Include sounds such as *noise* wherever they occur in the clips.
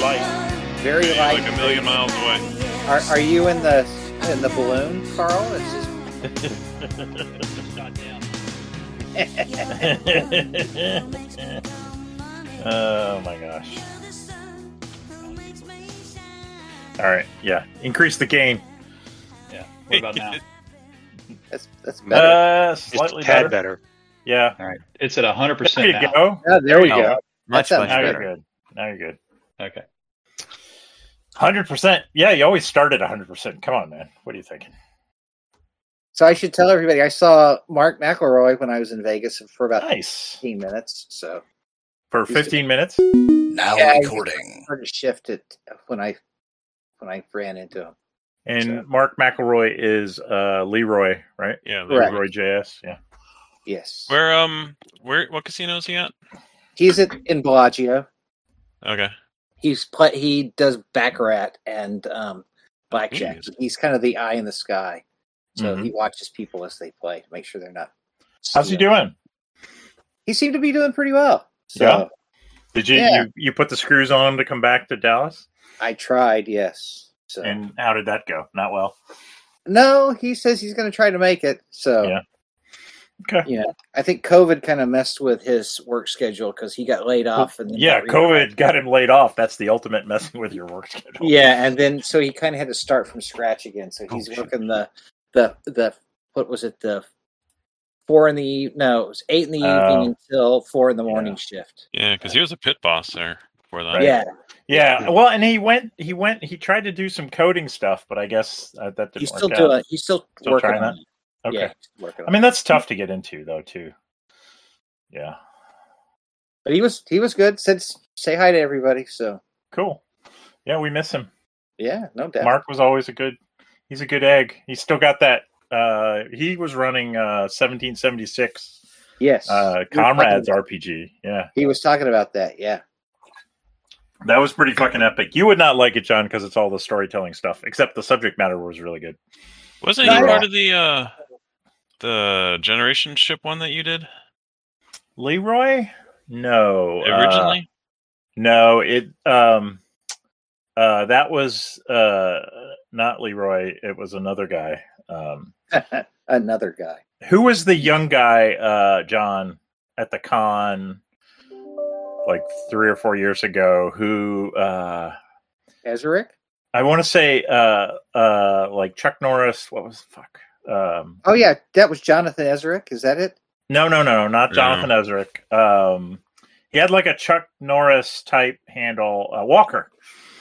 light, Very yeah, light. like a million miles away. Are, are you in the in the balloon, Carl? It's just oh my gosh! All right, yeah, increase the gain. Yeah. What about now? that's that's better. Uh, Just slightly a tad better. better. Yeah, *laughs* It's at 100% there you now. go. Yeah, Ah, there we oh, go. Much, sounds much Now better. you're good. Now you're good. Okay. Hundred percent. Yeah, you always start at hundred percent. Come on, man. What are you thinking? So I should tell everybody I saw Mark McElroy when I was in Vegas for about Nice 15 minutes. So for Uh, Used to- fifteen minutes. Now Yeah, I- recording. sort of shifted when I when I ran into him. And So- Mark McElroy is uh Leroy, right? Yeah. there- Correct. Leroy JS. Yeah. Yes, Where um where what casino is he at? he's at, in Bellagio. Okay. He's play, he does baccarat and um, blackjack. Jeez. Mm-hmm. He's kind of the eye in the sky. So Mhm. he watches people as they play to make sure they're not. How's he doing? He seemed to be doing pretty well. So Yeah. Did you, Yeah. you you put the screws on him to come back to Dallas? I tried. Yes. So And how did that go? Not well. no, he says he's going to try to make it. So Yeah. Okay. Yeah, I think COVID kind of messed with his work schedule because he got laid off. And then Yeah, got rehired. COVID got him laid off. That's the ultimate messing with your work schedule. Yeah, and then so he kind of had to start from scratch again. So he's Oh. Oh, shit. working the the the what was it the four in the eve- no it was eight in the Oh. evening until four in the morning shift. Yeah, because he was a pit boss there before that. Yeah, Yeah. Well, and he went he went he tried to do some coding stuff, but I guess uh, that didn't he's work still out. doing. He's still, Still working trying on it. Okay. Yeah, he's still working on I mean, that's tough to get into though, too. Yeah. it. but he was he was good. Said s- say hi to everybody. So Cool. Yeah, we miss him. yeah, no doubt. Mark was always a good. He's a good egg. He's still got that. Uh, he was running uh, 1776 yes, uh, He was talking Comrades about- RPG. Yeah, He was talking about that. Yeah, that was pretty fucking epic. You would not like it, John, because it's all the storytelling stuff. Except the subject matter was really good. Wasn't he Yeah. part of the uh the generation ship one that you did Leroy? No, uh, originally? no, it. Um, uh, that was uh, not Leroy. It was another guy. Um, another guy. who was the young guy uh john at the con like three or four years ago who uh Ezerick. i want to say uh uh like chuck norris what was the fuck um Oh yeah, that was Jonathan Ezerick. Is that it? no no no not No. jonathan ezrick um he had like a chuck norris type handle uh, walker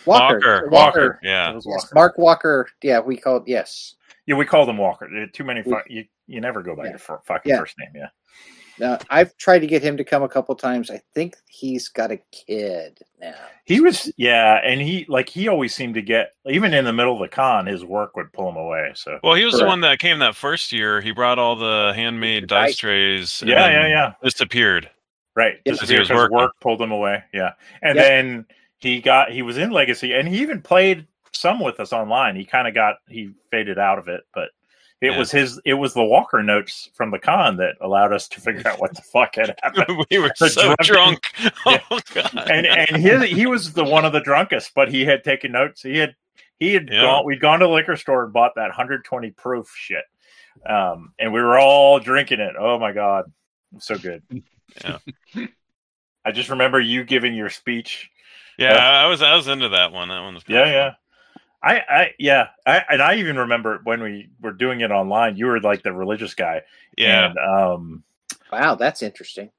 Walker. Walker. Walker. It yeah. was Yes, walker. Mark Walker. Yeah, we called yes. yeah we called him walker There are too many fu- We- you you never go by Yeah. your fir- fucking Yeah. first name yeah Now I've tried to get him to come a couple times. I think he's got a kid now. He was, yeah, and he like he always seemed to get even in the middle of the con, his work would pull him away. So Well, he was the Correct. one that came that first year. He brought all the handmade dice Dice. trays. and yeah, yeah, then yeah, Disappeared. *laughs* right. Yeah. Just Because um, he was because working. work pulled him away. Yeah, and Yeah. then he got he was in Legacy, and he even played some with us online. He kind of got he faded out of it, but it Yeah. was his it was the Walker notes from the con that allowed us to figure out what the fuck *laughs* had happened. we were The so *laughs* drunk. drunken- *laughs* Yeah. Oh god. and and he he was the one of the drunkest, but he had taken notes. He had he had Yeah. gone. We'd gone to the liquor store and bought that 120 proof shit, um, and we were all drinking it. Oh my god, it was so good. Yeah. I just remember you giving your speech. *laughs* yeah, Yeah. I was I was into that one. That one was pretty Yeah, fun. yeah. I, I, yeah, I, and I even remember when we were doing it online. You were like the religious guy, Yeah. And, um, Wow, that's interesting.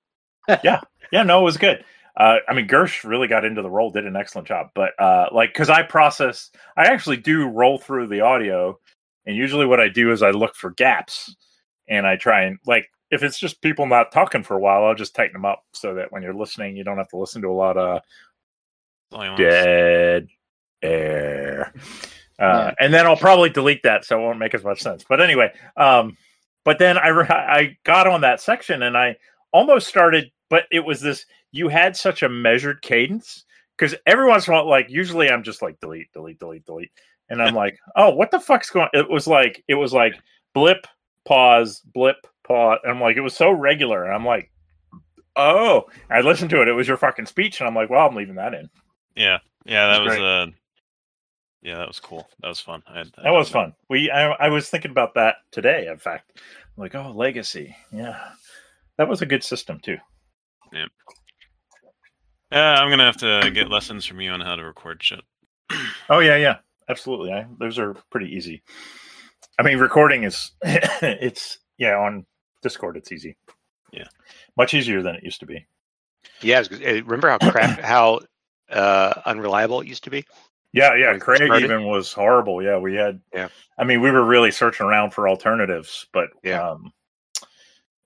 Yeah, no, it was good. Uh, I mean, Gersh really got into the role, did an excellent job. But uh, like, because I process, I actually do roll through the audio, and usually what I do is I look for gaps, and I try and like if it's just people not talking for a while, I'll just tighten them up so that when you're listening, you don't have to listen to a lot of That's all he wants. dead air. Uh, Yeah. And then I'll probably delete that, so it won't make as much sense. But anyway, um, but then I re- I got on that section and I almost started, but it was this. You had such a measured cadence because every once in a while, like usually I'm just like delete, delete, delete, delete, and I'm like, oh, what the fuck's going? It was like it was like blip, pause, blip, pause. And I'm like, it was so regular, and I'm like, oh, I listened to it. It was your fucking speech, and I'm like, well, I'm leaving that in. Yeah. Yeah, that That's was great. uh Yeah, that was cool. That was fun. I, That was fun. We I, I was thinking about that today. In fact, I'm like oh, legacy. Yeah, that was a good system too. Yeah, Uh, I'm gonna have to get lessons from you on how to record shit. Oh yeah, yeah, absolutely. I, those are pretty easy. I mean, recording is *laughs* it's yeah on Discord. It's easy. Yeah. much easier than it used to be. Yeah, I was gonna- eh, remember how *clears throat* crap how uh, unreliable it used to be? Yeah, yeah. Like, Craig started? even was horrible. Yeah, we had. Yeah. I mean, we were really searching around for alternatives, but Yeah. Um,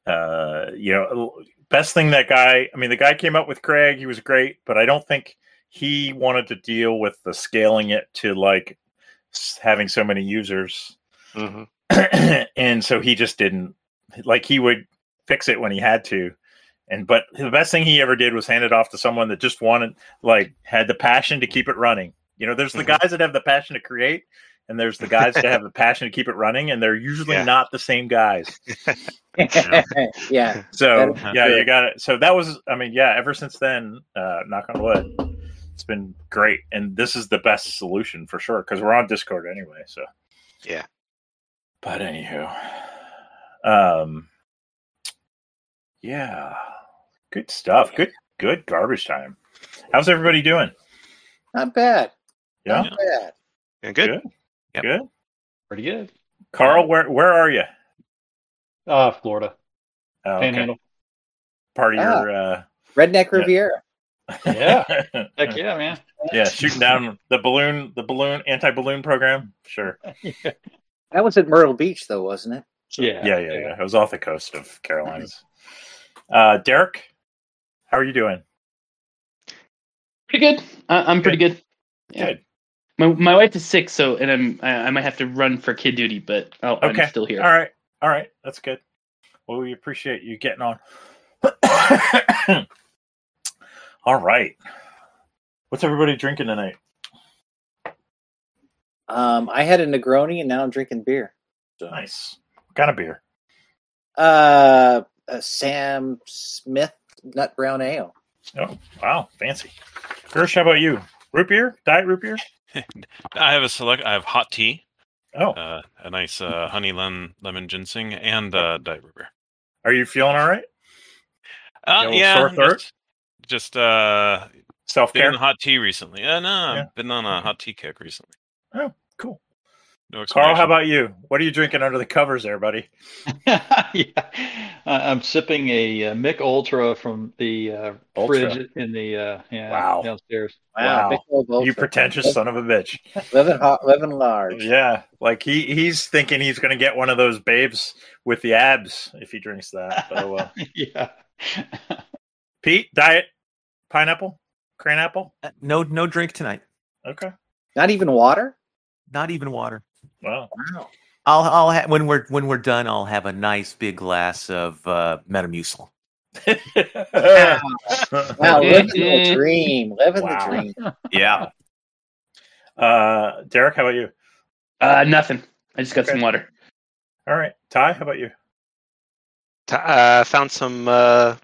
uh, you know, best thing that guy. I mean, the guy came up with Craig. He was great, but I don't think he wanted to deal with the scaling it to like s- having so many users, Mm-hmm. *clears throat* and so he just didn't like he would fix it when he had to. And but the best thing he ever did was hand it off to someone that just wanted, like, had the passion to keep it running. You know, there's the Mhm. guys that have the passion to create, and there's the guys that have the passion to keep it running, and they're usually Yeah. not the same guys. Yeah. *laughs* yeah. So That- yeah, yeah. you got it. So that was, I mean, yeah. Ever since then, uh, knock on wood, it's been great, and this is the best solution for sure because we're on Discord anyway. So Yeah. But anywho, um, yeah, good stuff. Good, good garbage time. How's everybody doing? Not bad. Yeah, Not bad. And good. Good. Yep. good. Pretty good. Carl, where where are you? Uh, Florida. Oh, okay. *laughs* Panhandle. Part of Ah. your uh, Redneck Yeah. Riviera. Yeah. Heck yeah, man. *laughs* yeah, shooting down the balloon, the balloon anti balloon program. Sure. yeah. That was at Myrtle Beach, though, wasn't it? yeah, yeah, yeah. It was off the coast of Carolinas. Uh, Derek, how are you doing? Pretty good. I, I'm pretty good. Yeah. Good. My, my wife is sick, so and I'm I, I might have to run for kid duty, but oh, Okay. I'm still here. All right. All right. That's good. Well, we appreciate you getting on. *coughs* All right. What's everybody drinking tonight? Um, I had a Negroni, and now I'm drinking beer. Nice. What kind of beer? Uh, a Sam Smith Nut Brown Ale. Wow, fancy. Gersh, how about you? Root beer? Diet root beer? I have a select I have hot tea, Oh, uh, a nice uh, honey lemon lemon ginseng and uh diet root beer. are you feeling all right? Uh, You got a yeah, little sore throat? just, just uh Self been care. on hot tea recently. Uh no, Yeah. I've been on a hot tea kick recently. Oh, cool. No Carl, how explanation. about you? What are you drinking under the covers there, buddy? *laughs* yeah. I- I'm sipping a uh, Mick Ultra from the uh, Ultra. fridge in the uh, yeah Wow. downstairs. *laughs* Wow. Big old You Ultra. pretentious son of a bitch. Living hot, living large. Yeah, like he he's thinking he's going to get one of those babes with the abs if he drinks that. But, oh well. yeah. Pete, diet pineapple, cran apple. Uh, No, no drink tonight. Okay. Not even water. Not even water. *laughs* Wow. Wow. I'll, I'll ha- when we're when we're done, I'll have a nice big glass of uh, Metamucil. Wow, uh, living the dream. Living Wow. the dream. *laughs* *laughs* Yeah, Derek, how about you? Uh, nothing. I just got Okay. some water. All right, Ty, how about you? T- uh, found some uh,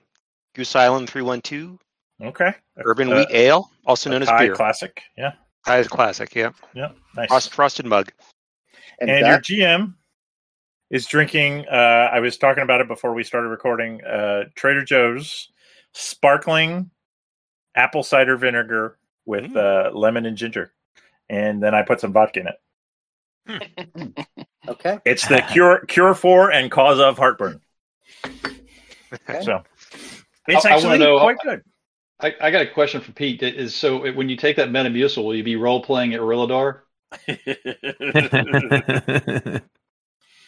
Goose Island 312 Okay. Urban Uh, Wheat Ale, also known as Thai beer. classic. Yeah. Thai is classic, yeah. Yeah. Nice. Frost, frosted mug. *laughs* And, and your that, GM is drinking. Uh, I was talking about it before we started recording. Uh, Trader Joe's sparkling apple cider vinegar with Mm. uh, lemon and ginger, and then I put some vodka in it. okay. It's *laughs* the cure cure for and cause of heartburn. Okay. So it's I- I wanna actually know- quite good. I, I got a question for Pete. It Is so it- when you take that Metamucil, will you be role playing at Rilladar? *laughs* *laughs*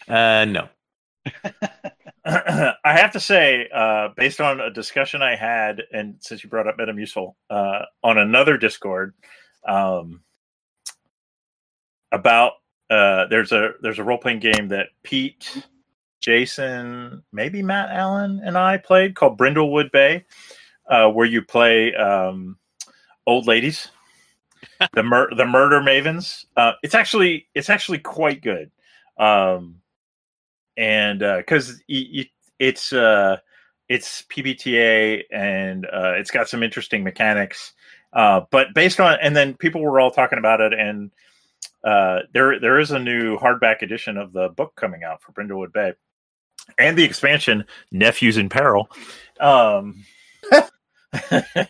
uh, no. *clears throat* I have to say, uh, based on a discussion I had, and since you brought up Metamucil uh, on another Discord, um, about uh, there's a there's a role playing game that Pete, Jason, maybe Matt Allen and I played called Brindlewood Bay, uh, where you play um, old ladies, the mur- the murder mavens. Uh, it's actually it's actually quite good. Um, and uh, because it's uh, it's PBTA and uh, it's got some interesting mechanics, Uh, but based on, and then people were all talking about it, and uh, there there is a new hardback edition of the book coming out for Brindlewood Bay, and the expansion Nephews in Peril. Um, *laughs* that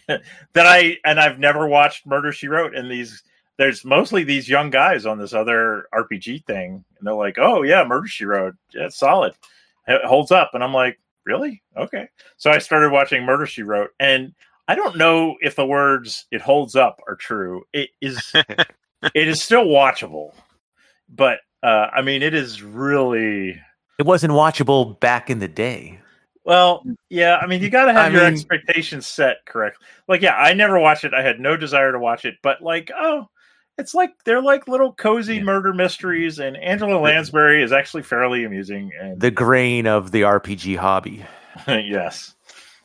I and I've never watched Murder She Wrote, and these there's mostly these young guys on this other RPG thing, and they're like, "Oh yeah, Murder She Wrote, that's solid, it holds up," and I'm like, "Really? Okay." So I started watching Murder She Wrote, and I don't know if the words "it holds up" are true. It is it is still watchable, but uh, I mean, it is really It wasn't watchable back in the day. well. Yeah, I mean, you got to have I your mean- expectations set correctly. Like, yeah, I never watched it. I had no desire to watch it, but like, oh, it's like they're like little cozy Yeah. murder mysteries, and Angela Lansbury is actually fairly amusing. And The grain of the RPG hobby. *laughs* yes,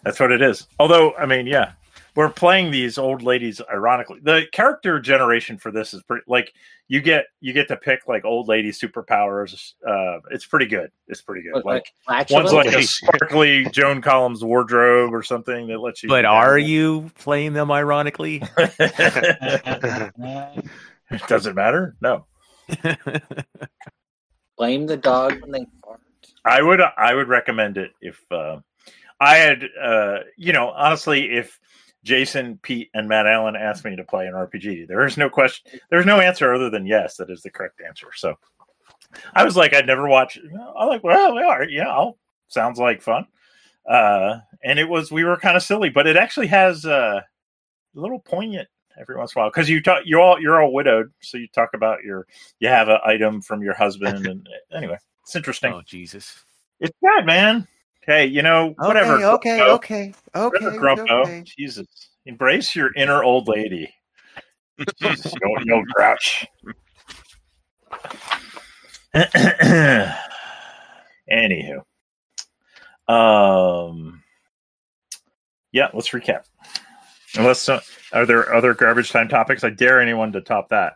that's what it is. Although, I mean, yeah, we're playing these old ladies. Ironically, the character generation for this is pretty. Like, you get you get to pick like old lady superpowers. Uh, it's pretty good. It's pretty good. But, Like. like, actually, One's like a Absolutely. sparkly Joan Collins wardrobe or something that lets you. But are *laughs* *laughs* you playing them ironically? it Uh, doesn't matter. No, Oh, blame the dog when they fart. I would. uh, I would recommend it if uh, I had. Uh, you know, honestly, if Jason, Pete, and Matt Allen asked me to play an RPG, there is no question. There's no answer other than yes. That is the correct answer. So, I was like, I'd never watch. I'm like, well, all right, yeah, I'll, sounds like fun. Uh, and it was. We were kind of silly, but it actually has uh, a little poignant every once in a while because you talk. You're all you're all widowed, so you talk about your. You have an item from your husband, and anyway, it's interesting. oh Jesus. It's good, man. Hey, you know, whatever. Okay, Grumpo. okay, okay, Whatever, okay. Grumpo. Jesus. Embrace your inner old lady. *laughs* Jesus, you old- you old grouch. *clears throat* Anywho. Um yeah, let's recap. Unless some, are there other garbage time topics? I dare anyone to top that.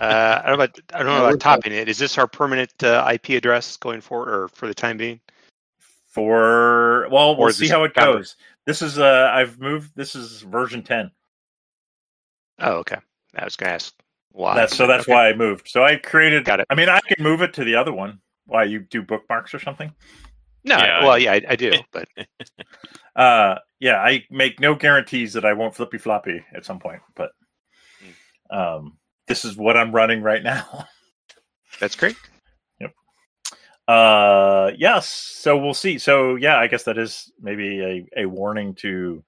Uh, I don't know about, I don't Yeah, know we're about topping it. Is this our permanent uh, IP address going forward, or for the time being? For well, Or we'll is see this how it covered? goes. This is uh I've moved this is version 10. Oh, okay. I was going to ask why. That's so. That's Okay. why I moved. So I created. Got it. I mean, I can move it to the other one. Why you do bookmarks or something? No, Yeah, I- well, yeah, I, *laughs* I do, but Uh, yeah. I make no guarantees that I won't flippy floppy at some point, but Hmm. um, this is what I'm running right now. that's great. Uh, yes. So we'll see. So yeah, I guess that is maybe a, a warning to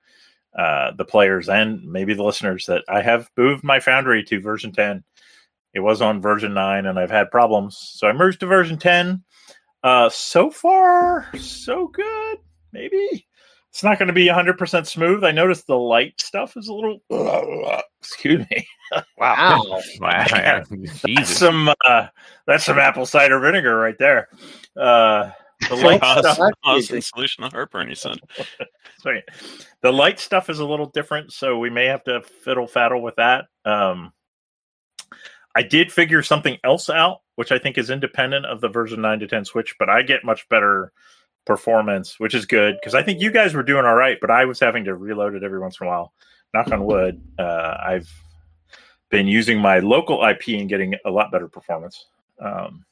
uh, the players and maybe the listeners that I have moved my Foundry to version 10. It was on version 9 and I've had problems. So I moved to version 10. Uh, so far, so good. Maybe it's not going to be 100% smooth. I noticed the light stuff is a little, *laughs* excuse me. Wow. Ow. *laughs* Yeah. That's Jesus. some, *laughs* uh, that's some apple cider vinegar right there. Uh, the light stuff Awesome, That's awesome easy. solution to heartburn, you said. *laughs* Sorry. The light stuff is a little different, so we may have to fiddle faddle with that. Um, I did figure something else out, which I think is independent of the version 9 to 10 switch, but I get much better performance, which is good because I think you guys were doing all right, but I was having to reload it every once in a while. Knock on wood, uh, I've been using my local IP and getting a lot better performance. Um,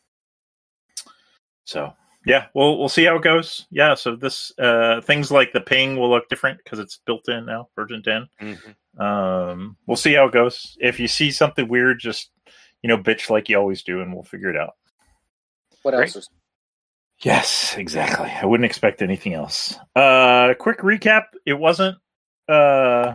so yeah we'll we'll see how it goes yeah so this uh things like the ping will look different because it's built in now version 10 Mhm. um we'll see how it goes if you see something weird just you know bitch like you always do and we'll figure it out What Great. else is yes exactly i wouldn't expect anything else uh quick recap it wasn't uh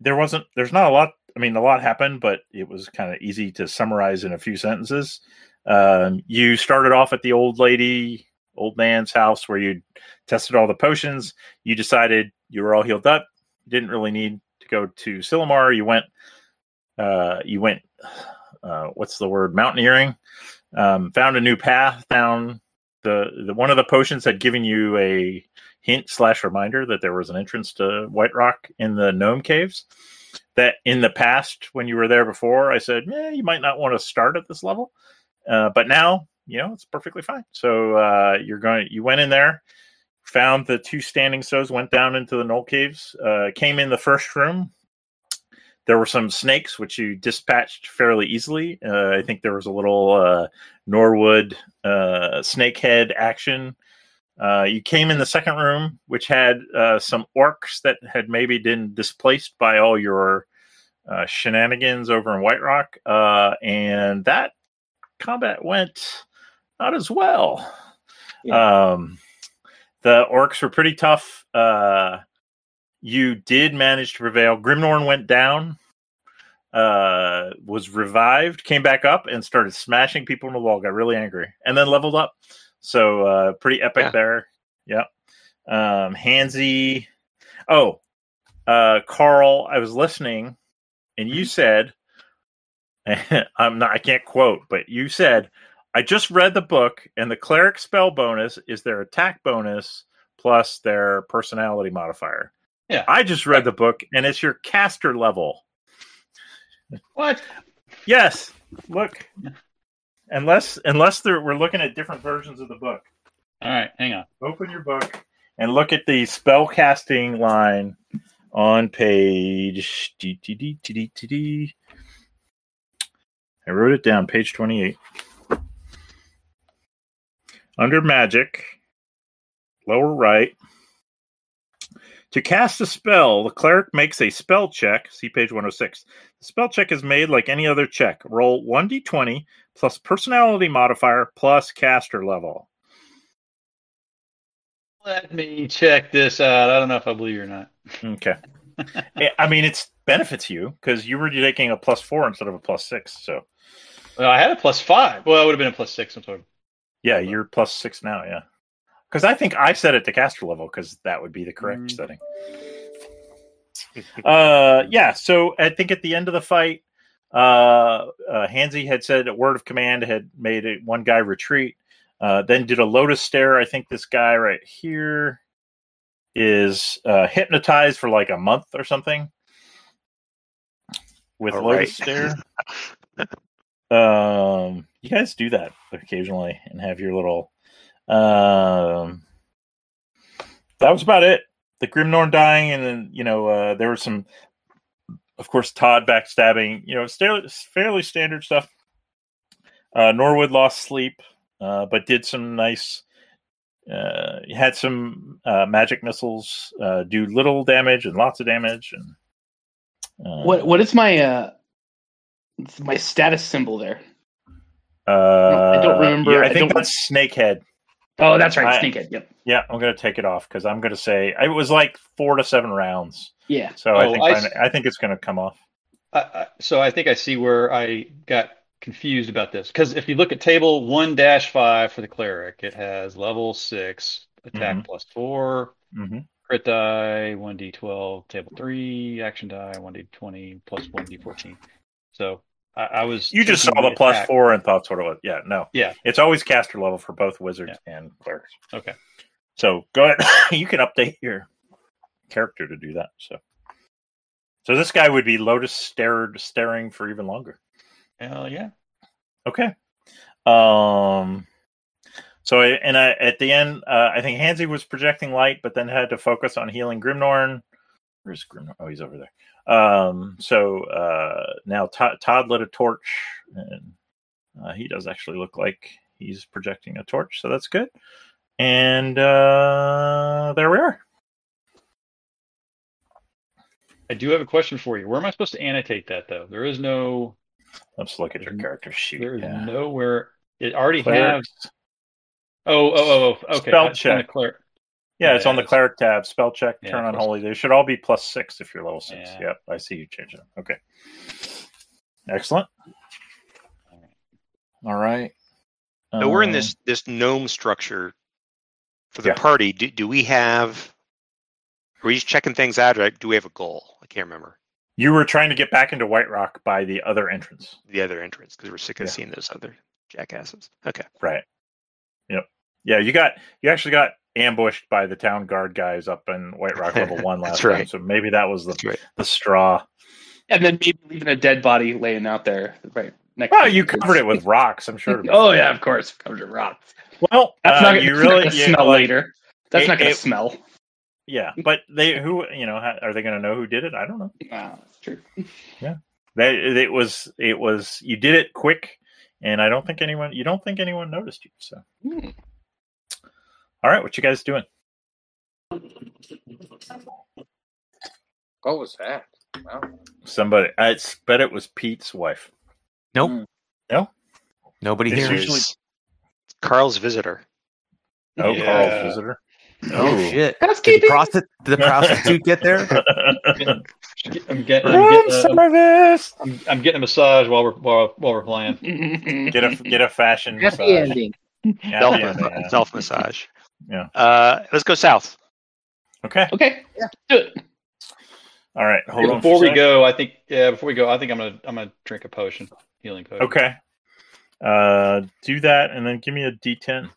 there wasn't there's not a lot i mean a lot happened but it was kind of easy to summarize in a few sentences um, you started off at the old lady old man's house where you tested all the potions you decided you were all healed up you didn't really need to go to Silmar. you went uh, you went uh, what's the word mountaineering um, found a new path found the, the one of the potions had given you a hint slash reminder that there was an entrance to White Rock in the Gnome Caves. That in the past, when you were there before, I said, yeah, you might not want to start at this level, uh, but now you know it's perfectly fine. So uh, you're going, you went in there, found the two standing sows, went down into the knoll caves, uh, came in the first room. There were some snakes, which you dispatched fairly easily. Uh, I think there was a little uh, Norwood uh, snakehead action. Uh, you came in the second room, which had uh, some orcs that had maybe been displaced by all your uh, shenanigans over in White Rock, uh, and that combat went not as well. Um, the orcs were pretty tough. Uh, you did manage to prevail. Grimnorn went down, uh, was revived, came back up, and started smashing people in the wall. Got really angry, and then leveled up. So uh, pretty epic Yeah. there. Yep. Um, Hansy. Oh, uh, Carl, I was listening, and you said, *laughs* "I'm not. I can't quote, but you said." I just read the book, and the cleric spell bonus is their attack bonus plus their personality modifier. Yeah. I just read the book, and it's your caster level. What? Yes, look. Unless unless there, we're looking at different versions of the book. All right, hang on. Open your book and look at the spell casting line on page. dee, dee, dee, dee, dee, dee, dee. I wrote it down, page 28. Under magic, lower right. To cast a spell, the cleric makes a spell check. See page 106. The spell check is made like any other check. Roll 1d20 plus personality modifier plus caster level. Let me check this out. I don't know if I believe you or not. Okay. I- I mean, it's benefits you because you were taking a plus four instead of a plus six. So Well, I had a plus five. Well, it would have been a plus six. I'm sorry. yeah, you're plus six now. Yeah. Because I think I set it to caster level because that would be the correct Mm. setting. uh, yeah. So I think at the end of the fight, uh, uh, Hansi had said a word of command had made it one guy retreat. Uh, then did a lotus stare. I think this guy right here is uh, hypnotized for like a month or something with All lotus right. stare. *laughs* um you guys do that occasionally and have your little um that was about it the grimnorn dying and then you know uh there was some of course todd backstabbing you know it's fairly, it's fairly standard stuff uh norwood lost sleep uh but did some nice uh had some uh magic missiles uh do little damage and lots of damage and uh, What what is my uh my status symbol there? uh I don't remember- yeah, i I think don't- that's snakehead Oh, that's I- right, snakehead. Yep. Yeah, I'm gonna take it off because I'm gonna say it was like four to seven rounds. Yeah. So I Oh, think I I, s- I think it's gonna come off. I, I, so I think I see where I got confused about this because if you look at table one dash five for the cleric, it has level six attack Mhm. plus four, hmm crit die one d twelve, table three action die one d twenty plus one d fourteen. So I, I was You just saw thinking the plus attack. four and thought that's what it was. Yeah, no, Yeah. it's always caster level for both wizards and clerics. Okay. So go ahead. *laughs* you can update your character to do that. So, so this guy would be Lotus stared staring for even longer. Hell yeah. Okay. Um. So I, and I, at the end, uh, I think Hansi was projecting light, but then had to focus on healing Grimnorn. Where's Grimnorn? Oh, he's over there. Um. So uh, now Todd, Todd lit a torch, and uh, he does actually look like he's projecting a torch, so that's good. And uh, there we are. I do have a question for you. Where am I supposed to annotate that though? There is no Let's look at your character sheet. there is Yeah. nowhere it already has Clerics. oh oh oh Spell okay. It's on the check. cleric. Yeah, it's on the Yes. cleric tab. Spell check, Yeah, turn on plus- holy. They should all be plus six if you're level six. Yeah. Yep, I see you changing. it. Okay, excellent. All right. Now we're in Um, this this gnome structure for the Yeah. party. Do, do we have? Are we just checking things out, or do we have a goal? I can't remember You were trying to get back into White Rock by the other entrance, the other entrance because we're sick of Yeah. seeing those other jackasses. Okay. right? Yep. Yeah, you got you actually got ambushed by the town guard guys up in White Rock level one last That's time. right. So maybe that was the That's right. the straw. And then maybe leaving a dead body laying out there right next Well, to you covered it with rocks. I'm sure. Oh yeah, of course. Covered it with rocks. Well, That's uh, not gonna, you *laughs* that's not really gonna you, smell like, later. That's It- not gonna it- smell. Yeah, but they who you know ha- are they going to know who did it? I don't know. Ah, that's true. That it was it was you did it quick, and I don't think anyone you don't think anyone noticed you. So Hmm. all right, what you guys doing? What was that? Somebody, I s- bet it was Pete's wife. Nobody It's here. Here's usually- Carl's visitor. Oh, Yeah. Carl's visitor. Oh *laughs* shit! Did the, Housekeeping. *laughs* prostit- did the prostitute get there? I'm getting, I'm Room getting, a, service. I'm, I'm getting a massage while we're while, while we're playing. Get a get a fashion Happy massage. ending. Happy Self ending, *laughs* yeah. self massage. *laughs* Yeah. Uh, let's go south. Okay. okay. Yeah. Do it. All right. Hold on. for Before a we sec. go, I think yeah. Before we go, I think I'm gonna I'm gonna drink a potion, healing potion. Okay. Uh, do that, and then give me a D10.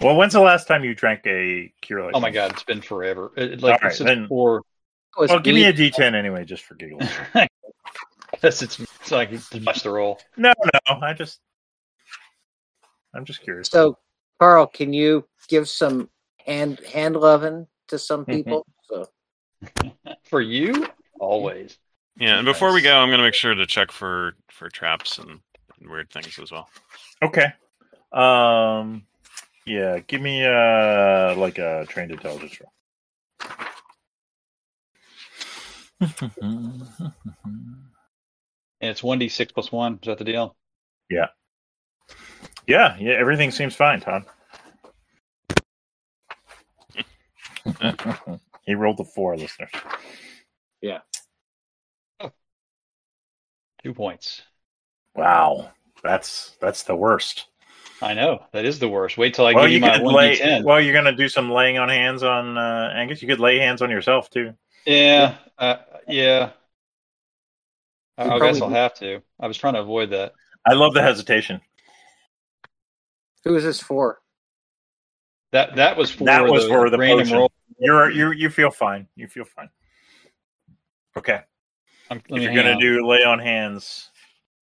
Well, when's the last time you drank a cure? Like Oh my god, it's been forever. It, it, like All right, since then- before- Oh, it's Well, give me beef. a D10 anyway, just for giggles. Yes, *laughs* it's, it's like watch the roll. *laughs* no, no, I just, I'm just curious. So, Carl, can you give some hand hand loving to some Mm-hmm. people? So, For you, always. Yeah, and before we Nice. go, I'm gonna make sure to check for for traps and, and weird things as well. Okay. Um, yeah, give me uh like a trained intelligence roll. And it's one d six plus one. Is that the deal? yeah, yeah, everything seems fine, *laughs* Todd. he rolled a four, listeners. Two points. Wow, that's that's the worst. I know that is the worst. Wait till I give you, my could one d lay. ten. Well, you're gonna do some laying on hands on uh, Angus. You could lay hands on yourself too. Yeah, uh, yeah. I, You I guess probably- I'll have to. I was trying to avoid that. I love the hesitation. who is this for? That that was for That was the for the random potion. roll. You're you you feel fine. You feel fine. Okay, I'm, if you're gonna do lay on hands,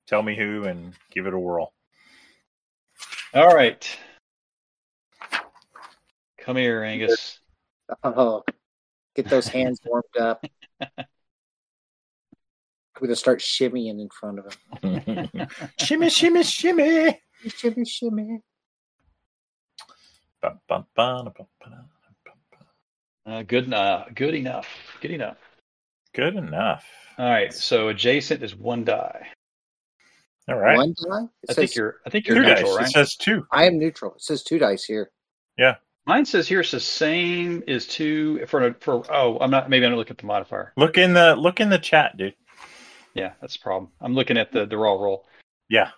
tell me who and give it a *laughs* whirl. All right. Come here, Angus. Oh, get *laughs* those hands warmed up. I'm gonna start shimmying in front of him. shimmy, shimmy, shimmy. Shimmy, shimmy. Bum, bum, bum, bum, bum, bum, bum. Uh, good enough. Good enough. Good enough. Good enough. All right. So adjacent is one die. All right. One die. It I says- think you're. I think you're Two dice. neutral, It right? says two. I am neutral. It says two dice here. Mine says here it says same is two for for. Oh, I'm not. Maybe I'm looking at the modifier. Look in the look in the chat, dude. Yeah, that's the problem. I'm looking at the the raw roll. Yeah,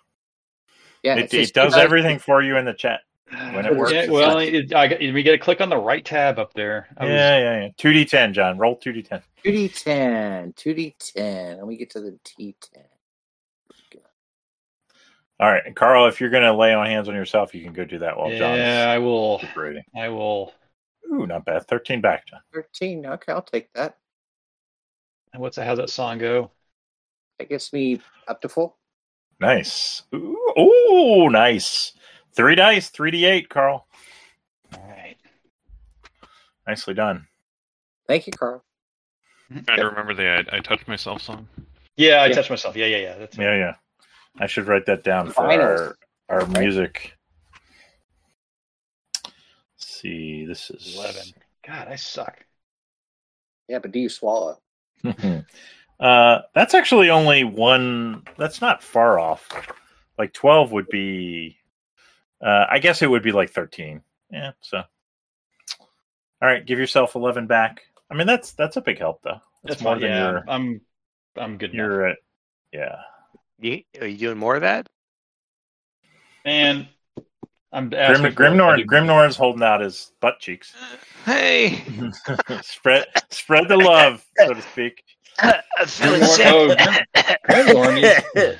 Yeah, it, says it two does dice. everything for you in the chat. When it works, Yeah, it's well, like- it, I, got- we got to click on the right tab up there. I was- yeah, yeah, yeah. Two D ten, John. Roll two D ten. 2d10, 2d10, and we get to the t10. All right, and Carl. If you're gonna lay on hands on yourself, you can go do that while yeah, John's I will. recuperating. I will. Ooh, not bad. Thirteen back, John. 13. Okay, I'll take that. What's that? How's that song go? That gets me up to full. Nice. Ooh, ooh nice. Three dice, three D eight, Carl. All right. Nicely done. Thank you, Carl. Trying to remember the I, I touched *laughs* myself song. Yeah, I Yeah. touched myself. Yeah, yeah, yeah. That's it. Yeah, yeah. I should write that down for Finals. our our music. Let's see, this is eleven. God, I suck. Yeah, but do you swallow? *laughs* uh, that's actually only one. That's not far off. Like twelve would be. Uh, I guess it would be like thirteen. Yeah. So. All right, give yourself eleven back. I mean, that's that's a big help though. That's, That's more fine. than yeah, your I'm. I'm good. Now. your. Uh, yeah. You, are you doing more of that? Man, I'm Grim, asking. for it. I Grimnor do- Grimnor's holding out his butt *laughs* cheeks. Hey, spread spread the love, so to speak. I'm feeling Grimnor- sick. oh, Grim- Grimnor needs-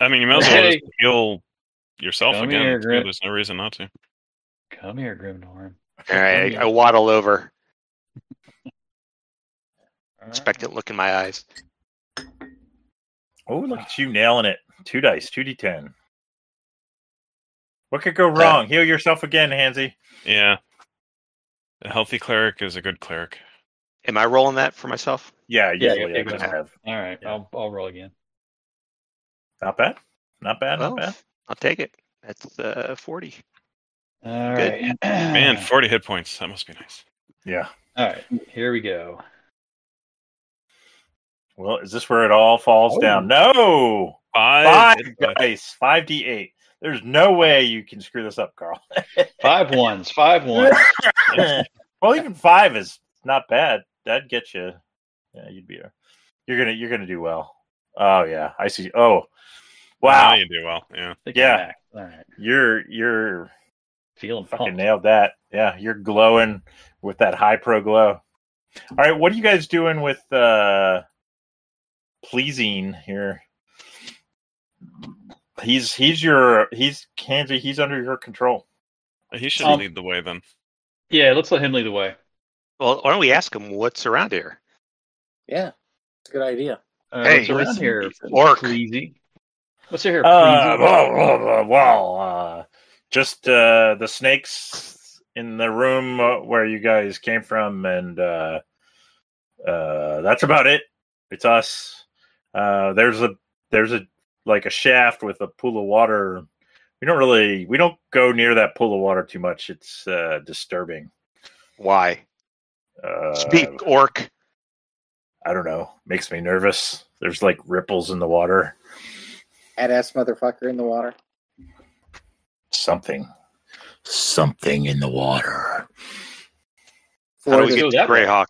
I mean, you might *laughs* as well Hey. just heal yourself Come again. here, too. Grim. There's no reason not to. Come here, Grimnorn. All right, I, I waddle over, expectant look in my eyes. Oh, look at you nailing it. Two dice, two d10. What could go wrong? Heal yourself again, Hansy. Yeah. A healthy cleric is a *sighs* good cleric. Am I rolling that for myself? Yeah, Yeah, usually yeah, I just yeah. have. All right, I'll I'll roll again. Not bad. Not bad. Not Well, bad. I'll take it. That's uh, 40. All right, Good. Man, 40 hit points. That must be nice. Yeah. *clears throat* All right, here we go. Well, is this where it all falls Oh. down? *laughs* No. Five. Five hit points. dice. Five D eight. There's no way you can screw this up, *laughs* Carl. *laughs* Five ones, five ones. well, even five is not bad. That'd get you. Yeah, you'd be. You're gonna. You're gonna do well. Oh yeah, I see. Oh, Now wow. you do well. Yeah. Think I'm Yeah. back. All right, You're you're feeling fucking pumped. nailed that. Yeah, you're glowing with that high pro glow. All right, what are you guys doing with uh pleasing here? He's he's your he's Kanji. He's under your control. He should Um, lead the way then. Yeah, let's let him lead the way. Well, why don't we ask him what's around here? Yeah, it's a good idea. Uh, Hey, what's around listen, here? orc. Pleasy. What's here? Uh, Pleasy? well, *laughs* well, well, well, uh, just uh, the snakes in the room uh, where you guys came from, and uh, uh, that's about it. It's us. Uh, there's a there's a like a shaft with a pool of water. We don't really we don't go near that pool of water too much. It's uh, disturbing. Why? Uh, Speak, orc. I don't know. Makes me nervous. There's like ripples in the water. At ass motherfucker in the water. Something. Something in the water. How do we Let's get go to that way. Greyhawk?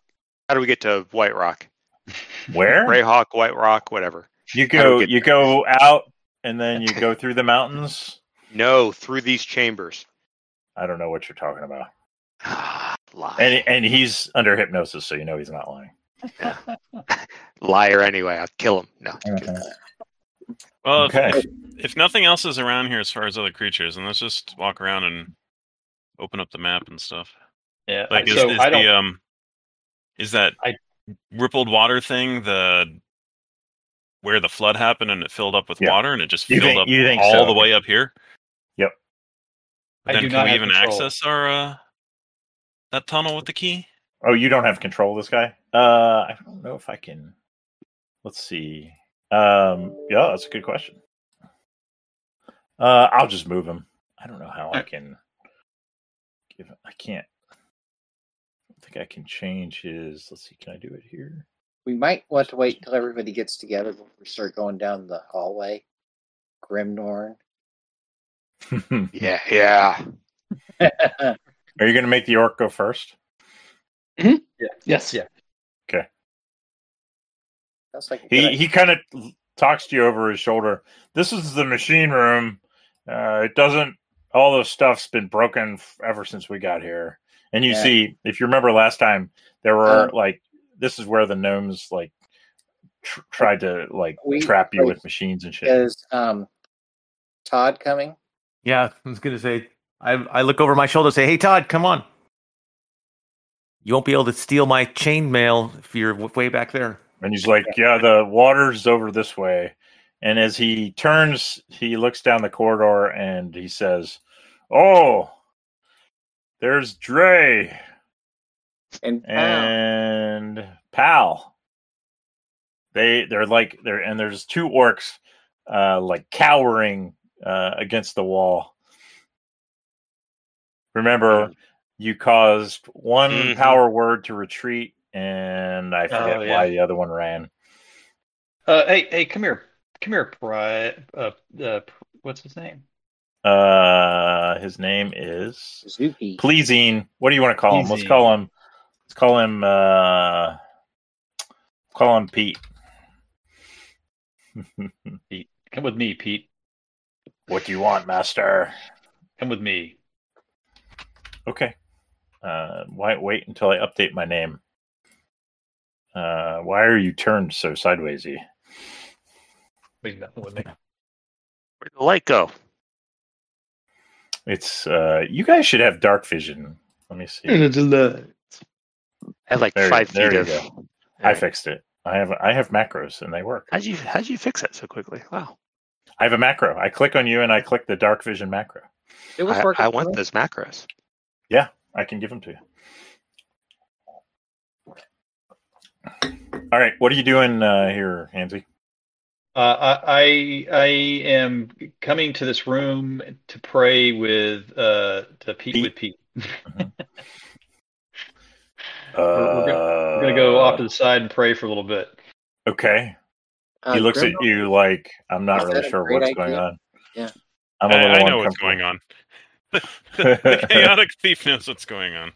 How do we get to White Rock? Where Greyhawk, White Rock, whatever. you How do go, we get you there? go out, and then you *laughs* go through the mountains. No, through these chambers. *sighs* I don't know what you're talking about. Lie. And and he's under hypnosis, so you know he's not lying. Liar anyway. I'll kill him. No. Well, if- Okay. if, if nothing else is around here as far as other creatures, then let's just walk around and open up the map and stuff. yeah. Like, is, so is I don't. the um, is that I- rippled water thing the where the flood happened and it filled up with Yeah. water and it just You filled think- up you think all so. the way up here? Yep. I Then do can not we have even control. access our uh, that tunnel with the key? Oh, you don't have control of this guy. Uh, I don't know if I can. Let's see. Um, yeah, that's a good question. Uh, I'll just move him. I don't know how I can. Give. I can't. I don't think I can change his. Let's see. Can I do it here? *laughs* We might want to wait till everybody gets together before we start going down the hallway. Grimnorn. Yeah, yeah. Are you going to make the orc go first? Yes. Yeah. That's like a good he idea. he kind of talks to you over his shoulder. This is the machine room. Uh, it doesn't. All the stuff's been broken f- ever since we got here. And you Yeah. see, if you remember last time, there were Um, like this is where the gnomes like tr- tried to like We- trap you like, with machines and shit. is um Todd coming? Yeah, *laughs* I was gonna say. I I look over my shoulder, and say, "Hey, Todd, come on. You won't be able to steal my chainmail if you're w- way back *laughs* there." And he's like, "Yeah, the water's over this way." And as he turns, he looks down the corridor and he says, "Oh, there's Dre." And and pal they they're like they're and there's two orcs uh like cowering uh against the wall remember Hmm. you caused one Mhm. power word to retreat and i forget Mm-hmm. Oh, yeah. why the other one ran Uh, hey, hey, come here, come here, Pri. Uh, uh, what's his name? uh his name is Zuki. pleasing what do you want to call him let's Pleasing. call him let's call him uh call him pete Pete. Come with me, Pete. what do you want master Come with me. Okay. Uh, why wait until I update my name? Uh, why are you turned so sidewaysy? Wait, no, *laughs* come with me. Where'd the light go? It's uh, you guys should have dark vision. Let me see. I had like There you- Mm-hmm. five there feet you of. go. All I right. fixed it. I have I have macros and they work. How'd you how'd you fix that so quickly? Wow. I have a macro. I click on you and I click the dark vision macro. It was I, working. I for want me. those macros. I can give them to you. All right, what are you doing uh, here, Hansy? Uh, I I I am coming to this room to pray with uh to Pete Pete? with Pete. Uh, we're I'm gonna go off to the side and pray for a little bit. Okay, Uh, he looks at Grimlock- you like I'm not Is really that a sure great what's idea? going on. Yeah. I'm a I, little I know what's *laughs* going on. The, the chaotic *laughs* thief knows what's going on.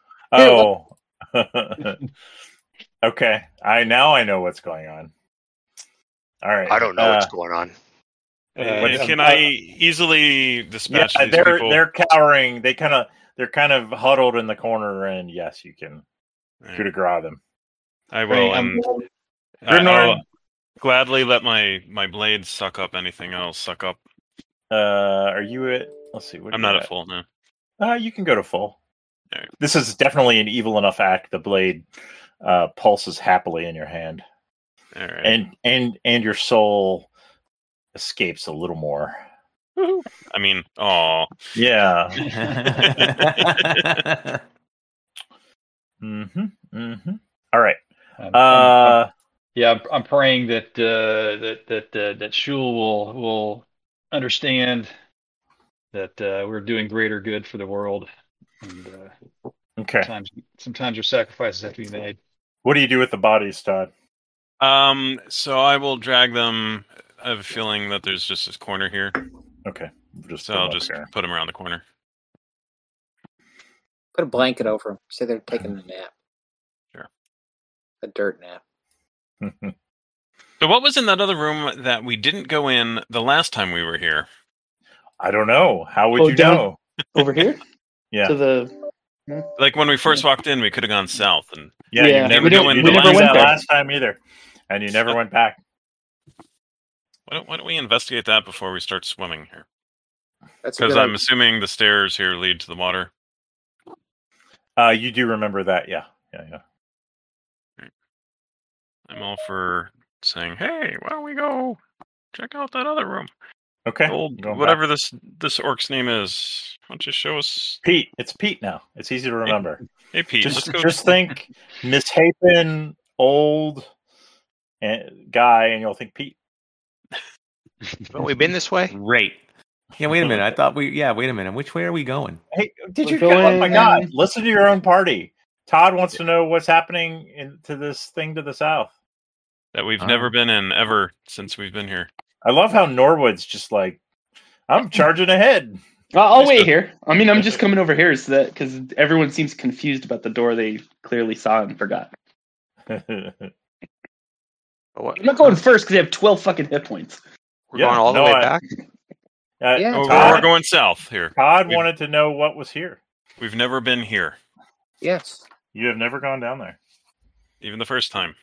*laughs* oh. *laughs* okay. I now I know what's going on. All right. I don't know uh, what's going on. Uh, What's- Uh, Can uh, I easily dispatch yeah, these they're people? they're cowering. They kind of they're kind of huddled in the corner, and yes, you can Alright, coup de grace them. I will. Great, And, I'm- I- Grimnorn. I'll gladly let my my blade suck up anything else. Suck up. Uh, are you at? Let's see. What I'm are you not at full now. Uh, you can go to full. Alright. This is definitely an evil enough act. The blade uh, pulses happily in your hand, All right. and and and your soul escapes a little more. I mean, oh, Yeah. *laughs* *laughs* That's Mm-hmm. Mm-hmm. All right. I'm- I'm- Uh, Yeah, I'm, I'm praying that uh, that that uh, that Shul will will understand that uh, we're doing greater good for the world. And uh, okay. sometimes sometimes your sacrifices have to be made. What do you do with the bodies, Todd? um. So I will drag them. I have a feeling that there's just this corner here, Okay. Just so put I'll them up just here. put them around the corner. Put a blanket over them. Say they're taking a nap. Sure. A dirt nap. So what was in that other room that we didn't go in the last time we were here? *laughs* I don't know. How would Oh, you down- know? Over here? *laughs* Yeah. To the Like when we Hmm. first walked in, we could have gone south, and Yeah, Yeah, you we never, don't- you we didn't never do went that there. last time either, and you never went back. why don't why don't we investigate that before we start swimming here? That's a Because good I'm idea. assuming the stairs here lead to the water. Uh, you do remember that, yeah, yeah, yeah. I'm all for saying, hey, why don't we go check out that other room? Okay, Old, Eh, going back. whatever this this orc's name is. Why don't you show us? Pete. It's Pete now. It's easy to remember. Hey, Pete, let's just, go. *laughs* just think, Miss Hapen, old and, guy, and you'll think Pete. Haven't we been this way? Great. Yeah, wait a minute. I thought we. Yeah, wait a minute. Which way are we going? *laughs* Hey, did We're you? oh my going- God! Listen to your own party. Todd wants to know what's happening in, to this thing to the south. that we've Oh. never been in ever since we've been here. I love how Norwood's just like, I'm *laughs* charging ahead. *laughs* I'll, I'll Just wait the- here. I mean, I'm just coming over here so that because everyone seems confused about the door they clearly saw and forgot. Uh, yeah, Oh, what- I'm not going first because they have 12 fucking hit points. We're Yeah, going all the no, way I- back. Yeah, Oh, we're, Todd, we're going south here. Todd We- wanted to know what was here. We've never been here, Yes. You have never gone down there. even the first time.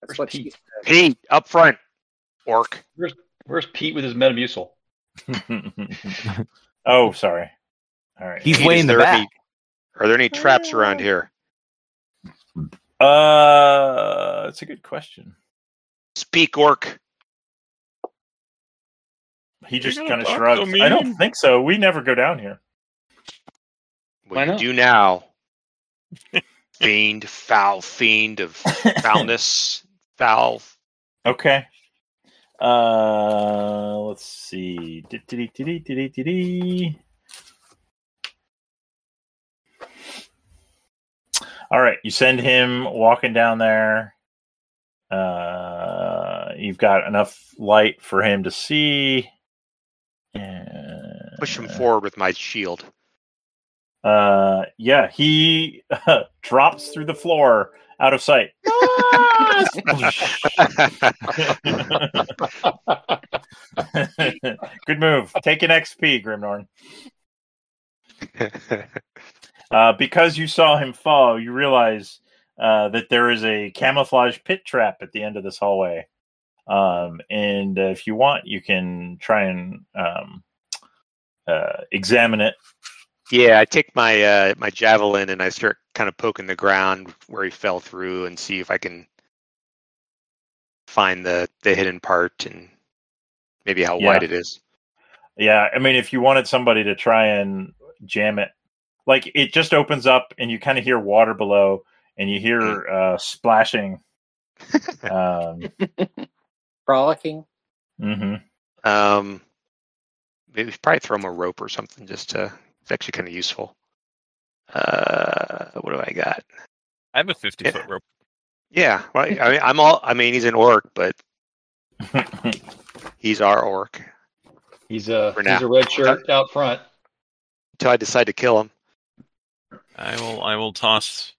That's what she said. Pete, up front. Orc. Where's Pete with his Metamucil? *laughs* *laughs* oh, sorry. All right. He's Pete, way is in the there back. any- are there any traps around here? Uh, it's a good question. Speak, orc. He just gonna kind of talk to shrugs. I don't me? think so. We never go down *laughs* here. What Why you not? do now, *laughs* fiend, foul fiend of foulness, foul. Okay. Uh, let's see. Di-di-di-di-di-di-di. All right, you send him walking down there. Uh, you've got enough light for him to see. And, Push him Uh. forward with my *laughs* shield. Uh, yeah, he *laughs* drops through the floor out of *laughs* sight. *laughs* Good move. Take an XP, Grimnorn. Uh, because you saw him fall, you realize uh, that there is a camouflage pit trap at the end of this hallway. Um, and uh, if you want, you can try and um, uh, examine it. yeah, I take my uh, my javelin and I start kind of poking the ground where he fell through and see if I can find the the hidden part and maybe how wide Yeah. it is. Yeah, I mean, if you wanted somebody to try and jam it, like it just opens up and you kind of hear water below and you hear uh, splashing. Um, Frolicking. mhm. Um, maybe we should probably throw him a rope or something just to. It's actually kind of useful. Uh, what do I got? I have a 50 foot rope. Yeah, well, I mean, I'm all. I mean, he's an orc, *laughs* but he's our orc He's a For now. he's a red shirt out front. until I decide to kill him. I will I will toss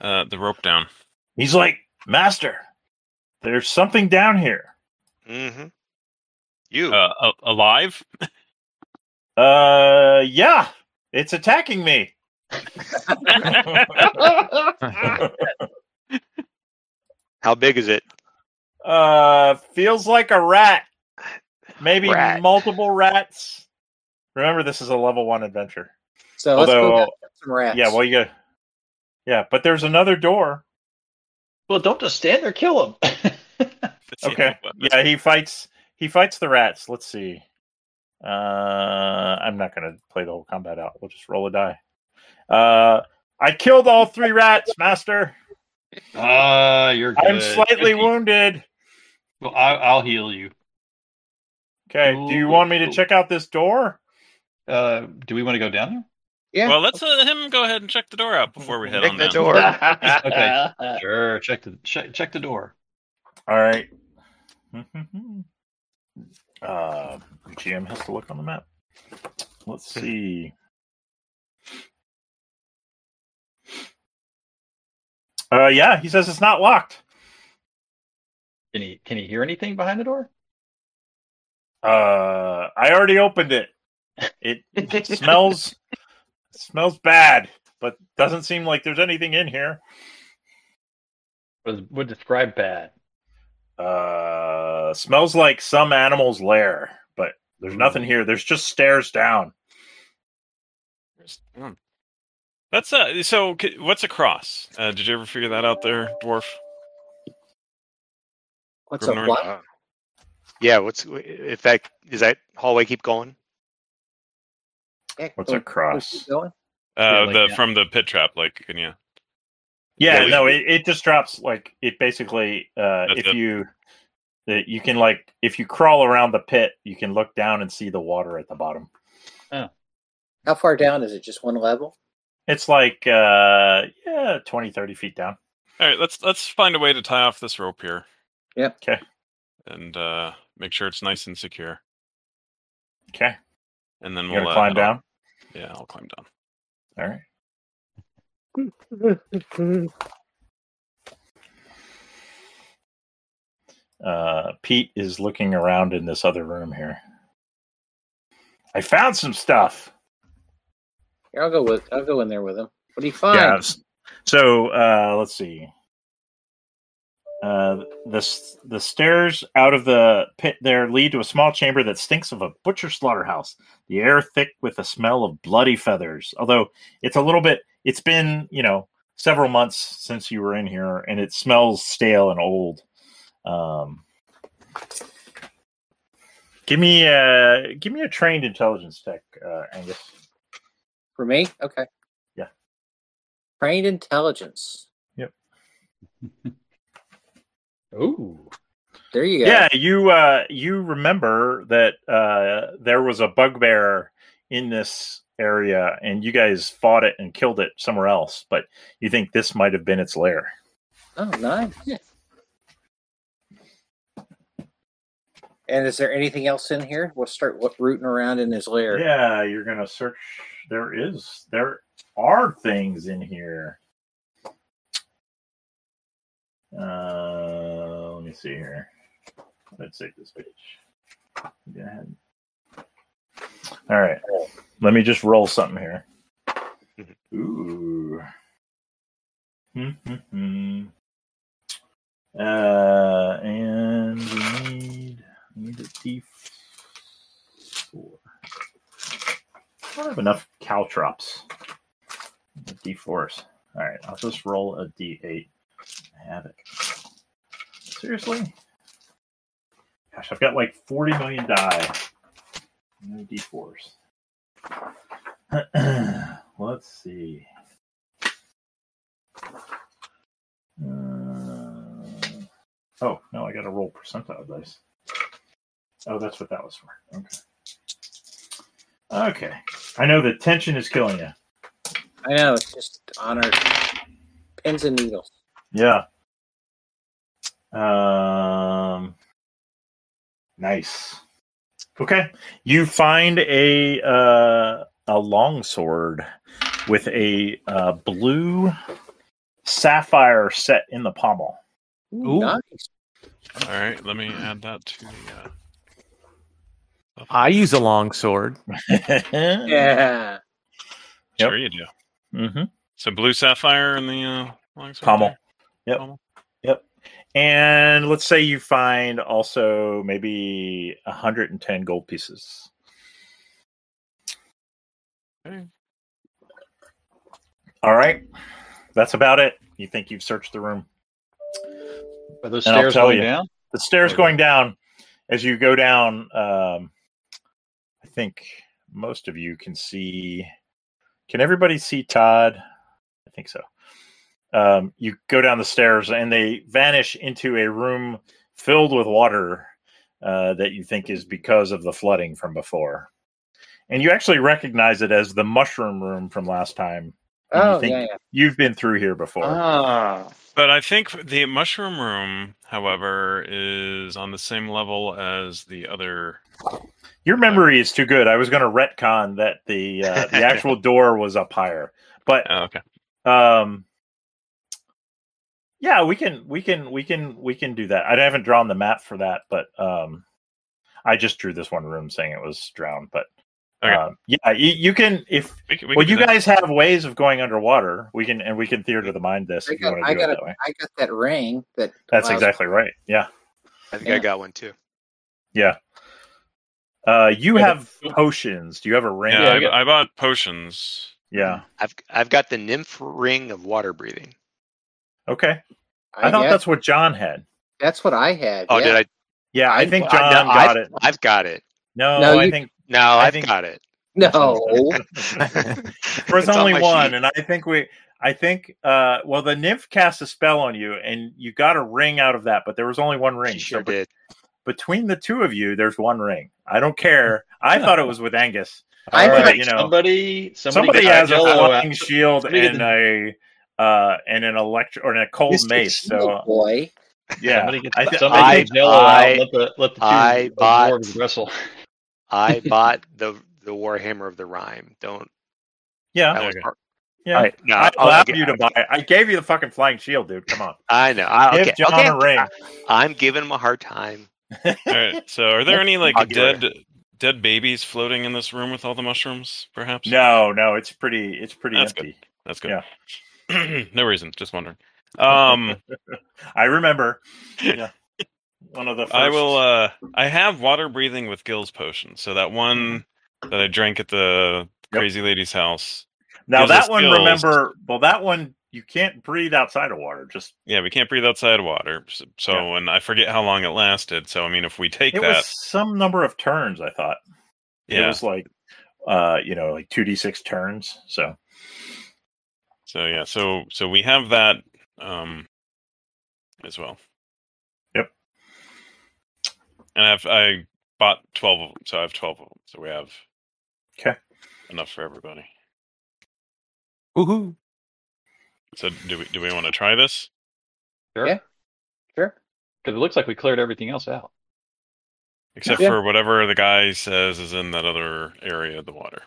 uh, the rope down. He's like, Master, there's something down here. Mm-hmm. Oh. You. Uh, a- alive? Uh, yeah, it's attacking me. How big is it? uh, feels like a rat. Maybe Rat. multiple rats. Remember, this is a level one adventure. So let's Although- go back and get some rats. Yeah, well, you got. Yeah, but there's another door. Well, don't just stand there, kill him. *laughs* That's the Okay. only weapon. Yeah, he fights. He fights the rats. Let's see. Uh, I'm not gonna play the whole combat out. We'll just roll a die. Uh, I killed all three rats, Master. Ah, you're. Good. I'm slightly Good. wounded. Well, I, I'll heal you. Okay. Do you want me to check out this door? Uh, do we want to go down yeah. Well, let's let him go ahead and check the door out before we head Check on the down. door. *laughs* there? Sure. Check the check, check the door. All right. *laughs* uh, GM has to look on the map. Let's see. Uh, yeah, he says it's not locked. Can he can he hear anything behind the door? Uh, I already opened it. It *laughs* smells smells bad, but doesn't seem like there's anything in here. Would, would describe bad. Uh, smells like some animal's lair, but there's nothing here. There's just stairs down. Hmm. That's uh. So, c- what's a cross? Uh, did you ever figure that out, there, dwarf? What's up? Grimnor- What? Yeah. What's if that is that hallway keep going? Heck, What's go- a cross? go- keep going. Uh, Yeah, like the that. from the pit trap. Like, can you? Yeah, Yeah, we- no, it, it just drops like it basically uh That's if it. you that you can like if you crawl around the pit, you can look down and see the water at the bottom. How far down is it? Just one level? It's like uh yeah, 20 30 feet down. All right, let's let's find a way to tie off this rope here. Yep. 'Kay. And uh, make sure it's nice and secure, Okay. and then You we'll going uh, to climb head on- down. Yeah, I'll climb down. All right. Uh, Pete is looking around in this other room here. I found some stuff. Here, I'll go with. I'll go in there with him. What do you find? Yeah. s- So uh, let's see. Uh, the s- the stairs out of the pit there lead to a small chamber that stinks of a butcher slaughterhouse. The air thick with the smell of bloody feathers. Although it's a little bit, it's been you know several months since you were in here, and it smells stale and old. Um, give me a give me a trained intelligence tech, uh, Angus. For me? Okay. Yeah. Trained intelligence. Ooh. There you go. yeah you uh you remember that uh there was a bugbear in this area and you guys fought it and killed it somewhere else but you think this might have been its lair Oh, nice. And is there anything else in here? We'll start what, rooting around in his lair. yeah you're gonna search there is there are things in here uh let me see here let's take this page Go ahead. all right let me just roll something here ooh Hmm, Mm-hmm. Uh, and we need, we need a D4. I don't have enough caltrops. The D4s. All right, I'll just roll a D8. I have it. Seriously? Gosh, I've got like 40 million die. d4s. *clears throat* Let's see. Uh, oh, no, I got to roll percentile dice. Oh, that's what that was for. Okay. Okay. I know the tension is killing you. I know. It's just on our pins and needles. Yeah. Um, nice. Okay, you find a uh, a long sword with a uh, blue sapphire set in the pommel. *laughs* Ooh. Nice. All right, let me add that to the. Uh, buff. I use a long sword. yeah. Yeah. Yep. Sure you do. hmm So blue sapphire in the uh, longsword Pommel. there? Yep. Pommel. And let's say you find also maybe 110 gold pieces. Okay. All right. That's about it. You think you've searched the room. Are those And I'll stairs tell going you. down? the stairs going down as you go down um i think most of you can see can everybody see todd i think so um you go down the stairs and they vanish into a room filled with water uh, that you think is because of the flooding from before and you actually recognize it as the mushroom room from last time And you Oh, think yeah, yeah. you've been through here before Ah, But I think the mushroom room, however, is on the same level as the other. Your memory is too good. I was going to retcon that the uh, *laughs* the actual door was up higher, but Oh, okay. um, yeah, we can we can we can we can do that. I haven't drawn the map for that, but um, I just drew this one room saying it was drowned. But Okay. um, yeah, you, you can if We, can- we well, can you do that. guys have ways of going underwater. We can and we can theater the mind this I if you got, want I to do got, it a, that way. I got that ring that. That's allows- exactly right. Yeah, I think Yeah. I got one too. uh, you Yeah, have potions. Do you have a ring? Yeah, Yeah, I, I bought potions. yeah. I've I've got the nymph ring of water breathing. Okay. I, I thought yeah, that's what John had. that's what I had. Oh, yeah. did I? Yeah, I, I- think I- John no, got it. I've got it. No, No, I you- think No, I I've think- got it. No. there's *laughs* It's on only my one, sheet. and I think we, I think, uh, well, the nymph cast a spell on you, and you got a ring out of that, but there was only one ring. She sure so be- did. between the two of you, there's one ring. I don't care. *laughs* I thought it was with Angus. I All but, think you know, somebody, somebody, somebody, got has a yellow flying out. shield somebody get and a. Uh, and an electric or and a cold Mr. mace. Shield So uh, boy. yeah, Somebody gets, I thi- somebody I- gets yellow I- out. Let the let the two I of the bought- dwarves wrestle. *laughs* I bought the the Warhammer of the Rhyme. Don't. yeah, That was Okay. part- yeah. All right, no, I I'll allowed get- you to buy. it. I gave you the fucking flying shield, dude. Come on, I know. I, okay, give John okay. a ring. I'm giving him a hard time. All *laughs* right. So, are there any like I'll get rid dead dead babies floating in this room with all the mushrooms? Perhaps. No, no, it's pretty. It's pretty That's empty. That's good. *clears throat* no reason. Just wondering. *laughs* Um, I remember. Yeah, *laughs* one of the. First, I will. uh I have water breathing with Gill's potion. So that one that I drank at the Mm-hmm. Yep. crazy lady's house. now gives us that one. uh, skills. Remember, well, that one you can't breathe outside of water. Just Yeah, we can't breathe outside water. So, so and I forget how long it lasted. So I mean, if we take it that, was some number of turns. I thought it yeah. was like, uh, you know, like two d six turns. So So yeah. So so we have that um as well. Yep. And I've I bought twelve of them, so I have twelve of them. So we have 'Kay. enough for everybody. Woohoo! So do we do we want to try this? Sure. Yeah. Sure. Because it looks like we cleared everything else out. Except Yeah. for whatever the guy says is in that other area of the water.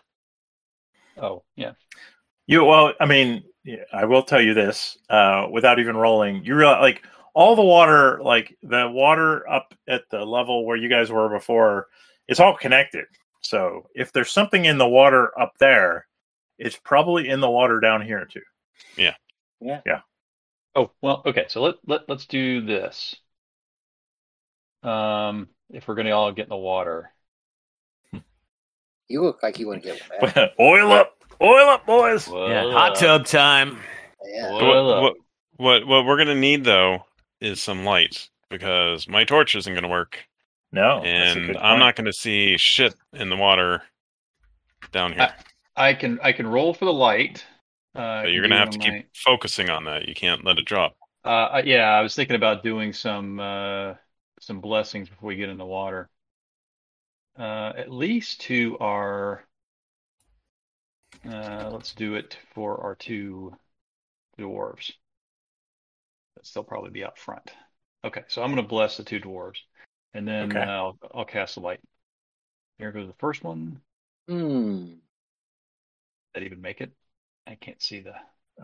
Oh yeah. you. Well, I mean, yeah, I will tell you this. Uh, without even rolling, you realize like all the water, like the water up at the level where you guys were before, it's all connected. So if there's something in the water up there, it's probably in the water down here too. Oh well. Okay. So let let let's do this. Um, if we're gonna all get in the water, You look like you wouldn't get one. *laughs* oil up, oil up, boys. Yeah, Well, hot uh, tub time. Yeah. But Oil What, up. what what what we're gonna need though is some light because my torch isn't gonna work No, Oh, that's a and good I'm point. not gonna see shit in the water down here. I can I can roll for the light. Uh, But you're gonna have to keep focusing on that. You can't let it drop. Uh, I- yeah, I was thinking about doing some uh, some blessings before we get in the water. Uh, at least to our. Uh, let's do it for our two dwarves. That's- They'll probably be out front. Okay, so I'm going to bless the two dwarves, and then Okay. uh, I'll, I'll cast the light. Here goes the first one. Hmm. That even make it? I can't see the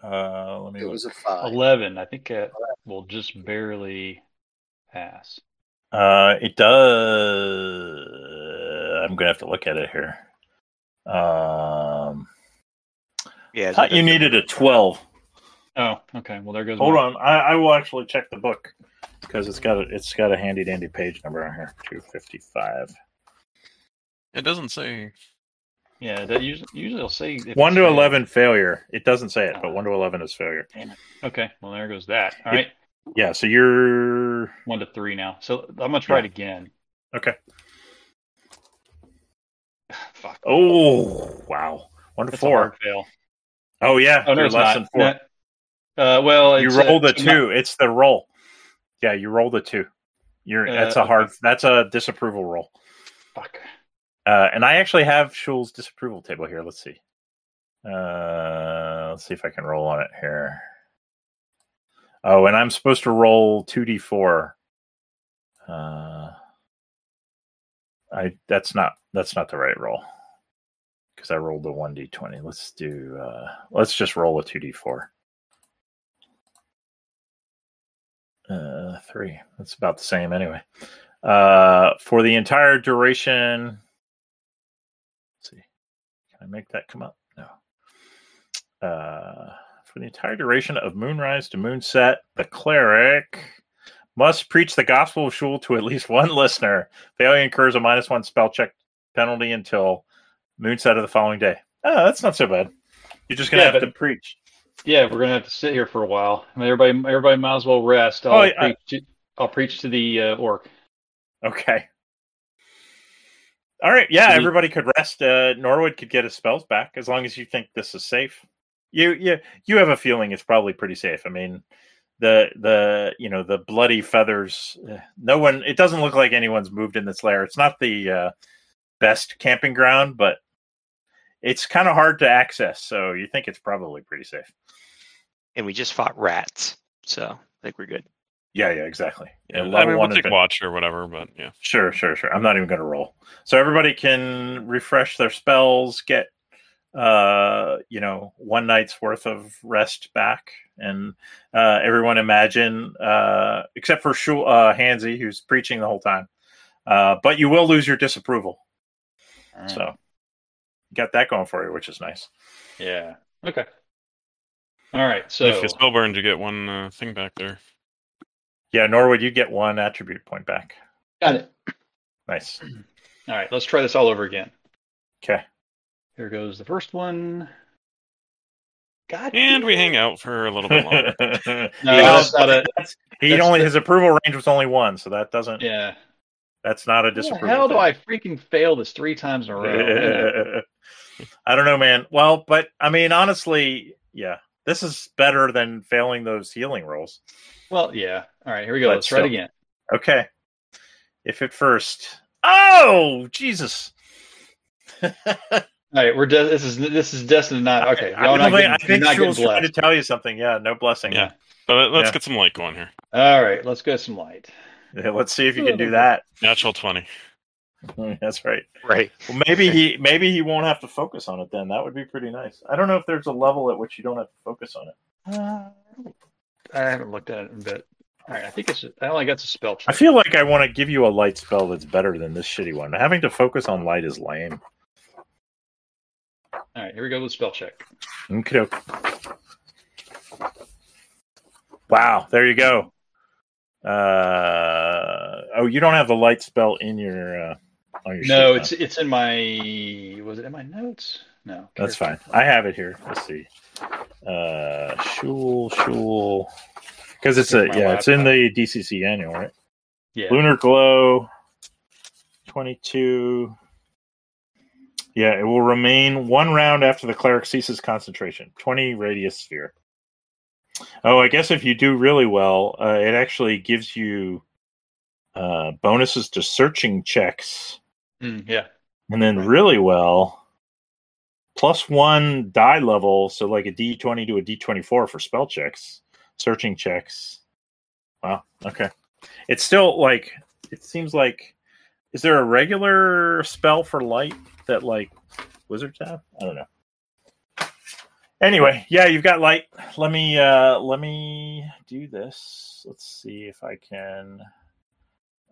Uh, let me. It look. was a five. 11. I think that will just barely pass. Uh, it does. I'm gonna have to look at it here. Um, Yeah. is thought it you a- needed a 12. Oh, okay. Well, there goes. Hold mine. on, I, I will actually check the book because it's got a, it's got a handy dandy page number on here, two fifty five. It doesn't say. Yeah, that usually, usually will say if One it's to failed. eleven failure. It doesn't say it, but one to eleven is failure. Okay. Well, there goes that. All right. Yeah, so you're One to three now. So I'm gonna try it again. okay. *sighs* Fuck. Oh wow, one to That's a four. hard fail. Oh yeah, Oh no, you're it's less not. than four. No. Uh, well, you it's roll the it's not- two. It's the roll. Yeah, you roll the two. You're that's Uh, a hard. That's a disapproval roll. Fuck. Uh, and I actually have Shul's disapproval table here. Let's see. Uh, let's see if I can roll on it here. Oh, and I'm supposed to roll two d four. Uh, I that's not that's not the right roll because I rolled the one d twenty. Let's do uh, let's just roll a two d four. Uh, three. That's about the same anyway. Uh, for the entire duration, Let's see. Can I make that come up? No. Uh, for the entire duration of moonrise to moonset, the cleric must preach the gospel of Shul to at least one *laughs* listener. Failure incurs a minus one spell check penalty until moonset of the following day. Oh, that's not so bad. You're just gonna Yeah, have but- to preach. Yeah, we're gonna have to sit here for a while. I mean, everybody, everybody might as well rest. I'll Oh, I- preach. to, I'll preach to the uh, orc. Okay. All right. Yeah, Should we- everybody could rest. Uh, Norwood could get his spells back as long as you think this is safe. You you you have a feeling it's probably pretty safe. I mean, the the you know the bloody feathers. eh, No one. It doesn't look like anyone's moved in this lair. It's not the uh, best camping ground, but it's kind of hard to access. So you think it's probably pretty safe. And we just fought rats, so I think we're good. Yeah. Yeah. Exactly. Yeah, And I level mean, we'll one take advan- watch or whatever, but yeah. Sure, sure, sure. I'm not even going to roll. So everybody can refresh their spells, get uh, you know, one night's worth of rest back, and uh, everyone imagine, uh, except for Shul, uh, Hansi, who's preaching the whole time. Uh, but you will lose your disapproval, so you got that going for you, which is nice. yeah. Okay. All right. So If you spell burned, you get one uh, thing back *laughs* there. Yeah, Norwood, you get one attribute point back. Got it. Nice. all right, let's try this all over again. Okay. Here goes the first one. God. And we hang out for a *laughs* little bit longer. No, Yeah, that's not a. That's- he That's only the- his approval range was only one, so that doesn't. *laughs* Yeah. That's not a How the disapproval. hell do thing. I freaking fail this three times in a row? I don't know, man. Well, but I mean, honestly, yeah, this is better than failing those healing rolls. well, yeah. All right, here we go. But Let's try it still. again. Okay. If it first. Oh, Jesus. All right, we're de- this is this is destined not okay. I, y'all not don't think- I getting, you're think not she was getting trying to blessed. tell you something. Yeah, no blessing. Yeah. But let's Yeah. get some light going here. All right, let's go some light. Yeah, *laughs* Let's see if you can do that. *laughs* Natural 20. That's right. Right. Well, maybe he maybe he won't have to focus on it then. That would be pretty nice. I don't know if there's a level at which you don't have to focus on it. Uh, I haven't looked at it in a bit. All right, I think it's I only got the spell I check. feel like I want to give you a light spell that's better than this shitty one. Having to focus on light is lame. All right, here we go with spell check. Okay. Wow, there you go. Uh oh, you don't have the light spell in your uh on your No, sheet, it's it's in my was it in my notes? No, huh? that's fine. character. I have it here. Let's see. Uh Shul Shul because it's a Here's my yeah, it's in laptop. the DCC annual, right? Yeah, Lunar Glow 22 Yeah, it will remain one round after the cleric ceases concentration. 20 radius sphere. Oh, I guess if you do really well, uh, it actually gives you uh, bonuses to searching checks. Mm, yeah. And then really well, plus one die level, so like a D20 to a D24 for spell checks, searching checks. Wow. Okay. It's still like, it seems like, is there a regular spell for light that like wizards have? I don't know. Anyway, yeah, you've got light. Let me, uh, let me do this. Let's see if I can,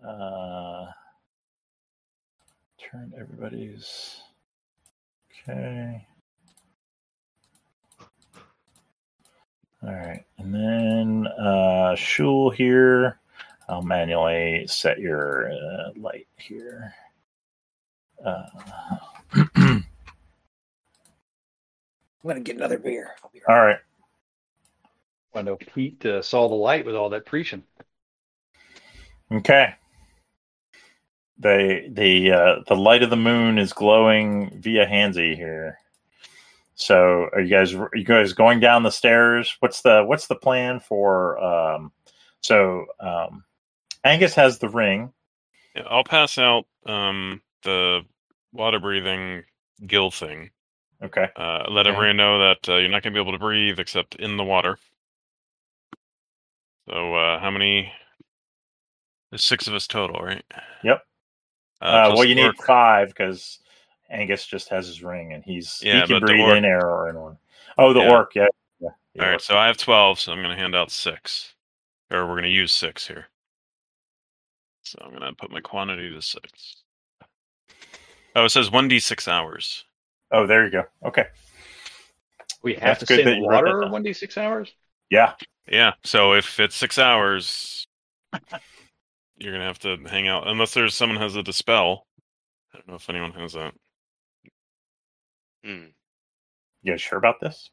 uh, turn everybody's. Okay. All right. And then uh, Shul here. I'll manually set your uh, light here. Uh, *clears throat* I'm gonna get another beer. I'll be right. all right. I know Pete uh, saw the light with all that preaching. Okay. The the uh, the light of the moon is glowing via Hansi here. So are you guys are you guys going down the stairs? What's the what's the plan for um so um Angus has the ring. Yeah, I'll pass out um the water breathing gill thing. Okay. Uh, let Okay. everyone know that uh, you're not going to be able to breathe except in the water. So uh, how many? There's six of us total, right? Yep. Uh, Uh, well plus you need Orc. five because Angus just has his ring and he's Yeah, he can but the breathe orc- in air or in one. Oh the Yeah. orc, yeah. yeah. The All right, orc. so I have 12, so I'm going to hand out six. Or we're going to use six here. So I'm going to put my quantity to six. Oh, it says 1d6 hours. Oh there you go. Okay. We That's have to stay good in that the you wrote that water down. 1d6 hours? Yeah. Yeah, so if it's six hours, you're going to have to hang out. Unless there's someone has a dispel. I don't know if anyone has that. Hmm. You guys sure about this?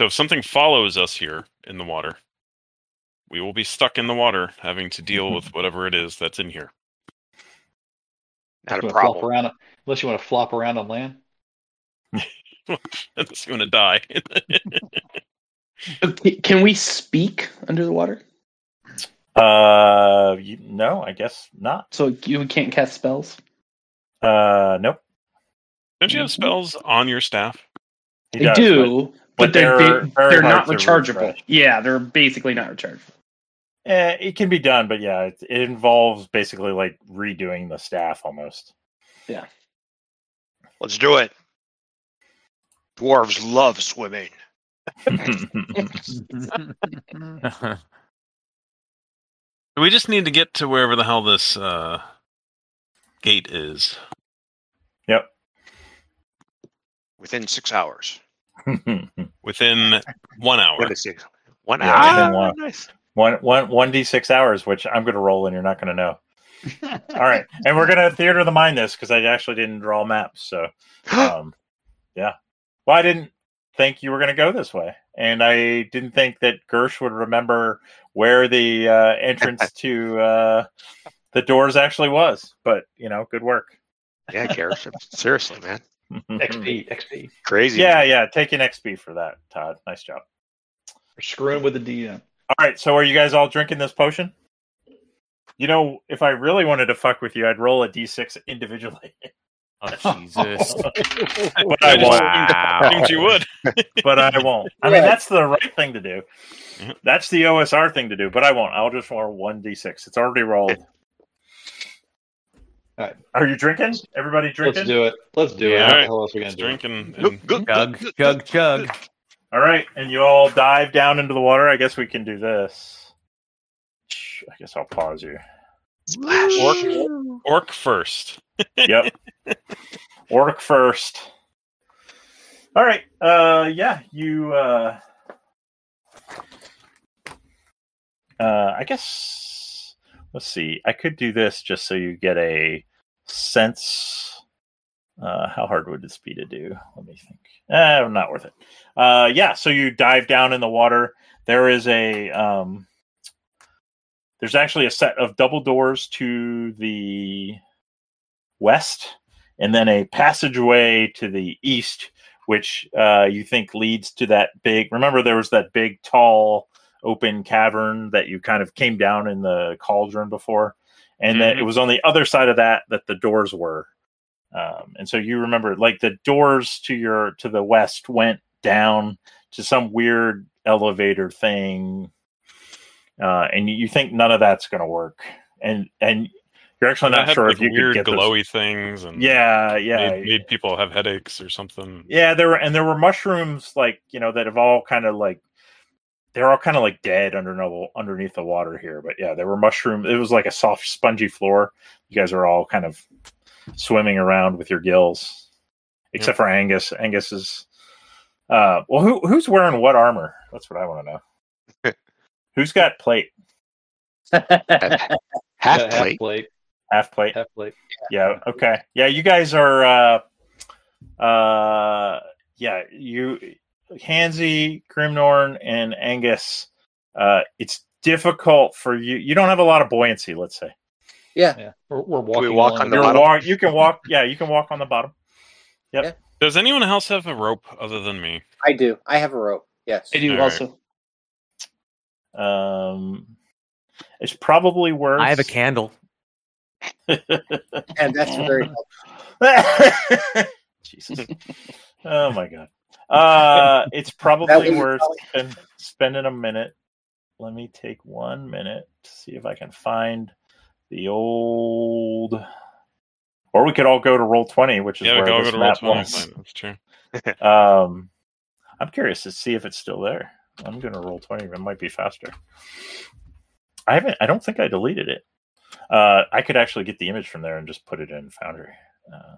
So if something follows us here in the water, we will be stuck in the water having to deal with whatever it is that's in here. *laughs* Not You a wanna flop problem. around, unless you want to flop around on land. *laughs* Unless you want to die. *laughs* Okay, Can we speak under the water? Uh you, no, I guess not. So you can't cast spells. Uh nope. don't you have spells on your staff? He They does, but- do, but, but they're they're they're, very they're hard not to rechargeable. refresh. Yeah, they're basically not rechargeable. eh, it can be done, but yeah, it, it involves basically like redoing the staff almost. *laughs* Let's do it. Dwarves love swimming. *laughs* *laughs* We just need to get to wherever the hell this uh, gate is. yep. Within six hours. Within one hour. Within six. One Yeah, hour. *gasps* within one. Ah, Nice. one one one d six hours, which I'm going to roll, and you're not going to know. All *laughs* right, and we're going to theater of the mind this because I actually didn't draw maps, so um, yeah. Well, I didn't think you were going to go this way, and I didn't think that Gersh would remember where the uh, entrance to uh, the doors actually was. But you know, good work. yeah, Garrison. Seriously, man. *laughs* XP, XP. Crazy. yeah, yeah. Taking XP for that, Todd. Nice job. We're screwing with the DM. All right, so are you guys all drinking this potion? You know, if I really wanted to fuck with you, I'd roll a d6 individually. *laughs* oh, Jesus. But I just won't. I think you would. But I won't. I mean, that's the right thing to do. Mhm. That's the OSR thing to do. But I won't. I'll just roll one d6. It's already rolled. All right. Are you drinking? Everybody Let's drinking? do it. Let's do Yeah. it. What the hell else are we gonna Just do? drink and, Gug, and gug, chug, gug, chug, chug. all right, and you all dive down into the water. I guess we can do this. I guess I'll pause you. Splash. Orc- orc first. yep. Orc first. All right. Uh yeah, you uh uh I guess let's see. I could do this just so you get a sense uh how hard would this be to do? Let me think. Eh, not worth it. Uh yeah, so you dive down in the water. There is a um there's actually a set of double doors to the west and then a passageway to the east, which uh, you think leads to that big. Remember, there was that big, tall, open cavern that you kind of came down in the cauldron before, and then it was on the other side of that that the doors were. Um, and so you remember, like the doors to your to the west went down to some weird elevator thing uh, and you, you think none of that's going to work, and and you're actually And I not had, sure like, if you weird could get glowy things and Those. Yeah, yeah, made, made people have headaches or something. yeah. There were and there were mushrooms like you know that have all kind of like they're all kind of like dead under no, underneath the water here. But yeah, there were mushroom. It was like a soft, spongy floor. You guys are all kind of swimming around with your gills, except for Angus. Angus is uh, well. Who who's wearing what armor? That's what I want to know. who's got plate? Half Yeah, plate. plate. Half plate. Half plate. yeah okay yeah you guys are uh uh yeah you Hansy, Grimnorn, and Angus, uh, it's difficult for you. You don't have a lot of buoyancy, let's say. Yeah. We're, we're walking. walk along on the the You're bottom? walk, you can walk, yeah, you can walk on the bottom. Does anyone else have a rope other than me? I do. I have a rope. Yes. I do All right. also. Um, it's probably worse. I have a candle. And that's very helpful. *laughs* *laughs* Jesus. Oh my god. Uh it's probably was worth probably- spend, spending a minute. Let me take one minute to see if I can find the old or we could all go to roll twenty, which is Yeah, we where can all this go to roll map 20. was. Fine, That's true. *laughs* Um I'm curious to see if it's still there. I'm gonna roll twenty, it might be faster. I haven't I don't think I deleted it. Uh I could actually get the image from there and just put it in Foundry. Uh,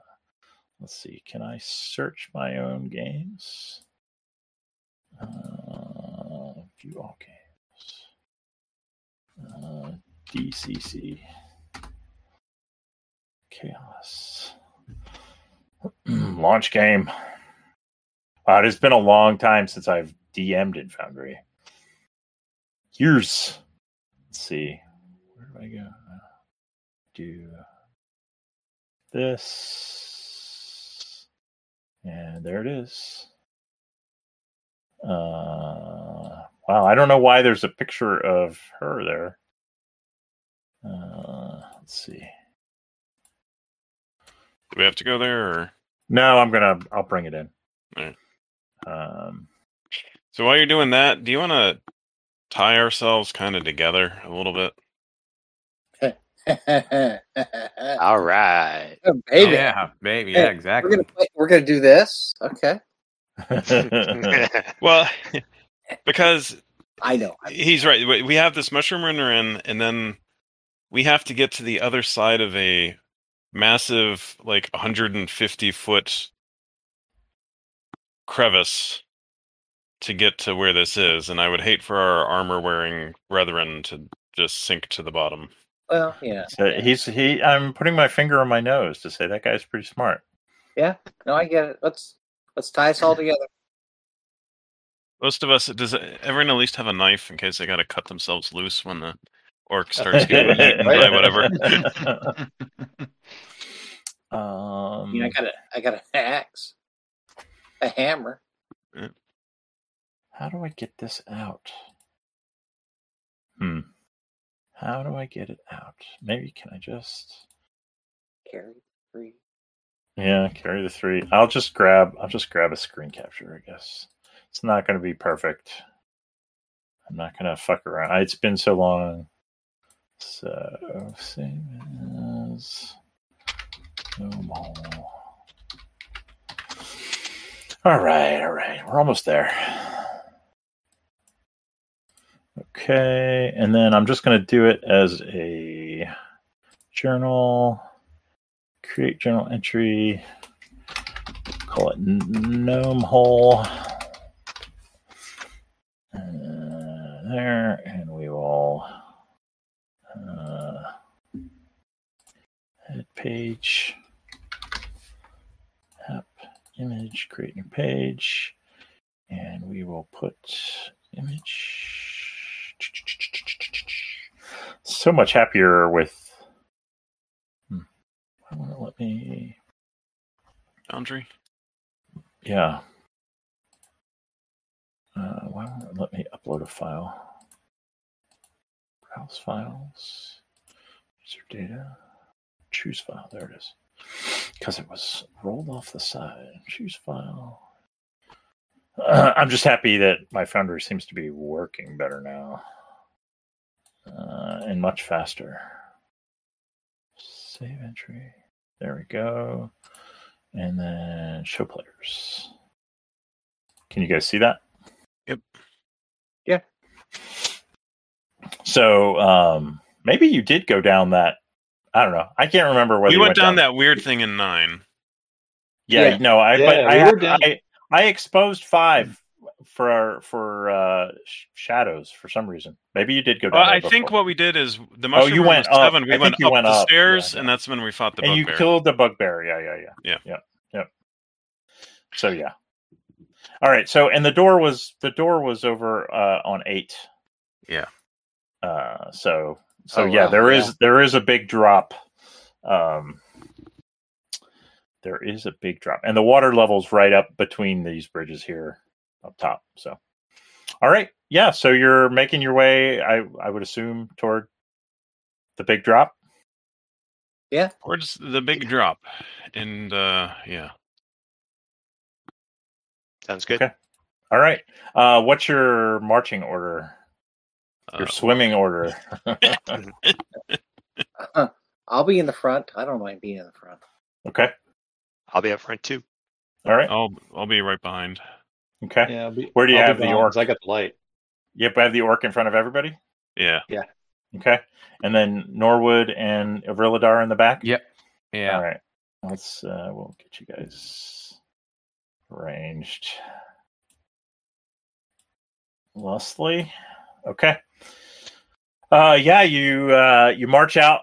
let's see, can I search my own games? Uh, view all games. Uh, DCC. Chaos. *clears throat* Launch game. Wow, Uh, it has been a long time since I've DM'd in Foundry. Years. Let's see. Where do I go? Do this. And there it is. Uh, wow, I don't know why there's a picture of her there. Uh, let's see. Do we have to go there? Or... No, I'm gonna. I'll bring it in. Alright. Um, So while you're doing that, do you want to tie ourselves kind of together a little bit? oh, *laughs* All *laughs* right. Oh, baby. Yeah, maybe. Yeah, Hey, We're exactly. gonna play, we're gonna do this. Okay. Um, *laughs* *laughs* Well, because I know. I- he's right. We- We have this mushroom runner in, and then we have to get to the other side of a massive, like 150 foot crevice to get to where this is. And I would hate for our armor wearing brethren to just sink to the bottom. Well, yeah. so he's he. I'm putting my finger on my nose to say that guy's pretty *laughs* smart. *laughs* No, I get it. Let's let's tie us all together. Most of us, does everyone at least have a knife in case they got to cut themselves loose when the orc starts getting eaten by whatever? I um, mean, I got a I got an axe, a hammer. How do I get this out? Hmm. How do I get it out? Maybe can I just Carry three. Yeah, carry the three. I'll just grab I'll just grab a screen capture, I guess. It's not gonna be perfect. I'm not gonna fuck around. It's been so long. So save as normal. All right, all right. We're almost there. Okay, and then I'm just gonna do it as a journal create journal entry call it N- gnome hole Uh, there and we will uh, head page app image create new page and we will put image so much happier with why won't it let me Boundary. Yeah. Uh, why won't it let me upload a file? Browse files, user data, choose file. There it is. Because it was rolled off the side. Choose file. Uh, *clears throat* I'm just happy that my Foundry seems to be working better now uh, and much faster. Save entry. There we go. And then show players. Can you guys see that? Yep. Yeah. So um, maybe you did go down that. I don't know. I can't remember whether We you went down that weird thing in nine. Yeah, Yeah. no, I Yeah, we were but down- I, I I exposed five for for uh, sh- shadows for some reason. Maybe you did go down. Well, there I think before. what we did is the mushroom Oh, you room went was up. seven. I We went think you up went the up. stairs, Yeah, and that's when we fought the and you bugbear. killed the bugbear. Yeah, yeah, yeah, yeah, yeah, yep. So yeah. All right. So and the door was the door was over uh, on eight. Yeah. Uh, so so Oh, yeah, wow, there is yeah. there is a big drop. Um, there is a big drop, and the water level's right up between these bridges here up top. So, all right, yeah. So you're making your way. I I would assume toward the big drop. Towards the big drop, and uh, yeah, Sounds good. Okay. All right. Uh, what's your marching order? Your Uh, swimming order? Uh-huh. I'll be in the front. I don't mind being in the *laughs* front. okay. I'll be up *laughs* front too. All right. I'll I'll be right behind. Okay. Yeah, I'll be- Where do you I'll be have the behind, 'cause orc? I got the light. Yep. I have the orc in front of everybody. Yeah, Okay. And then Norwood and Avriladar in the back. Yep. Yeah. All right. Let's. Uh, we'll get you guys arranged. Lustly. Okay. Uh, yeah. You uh, you march out.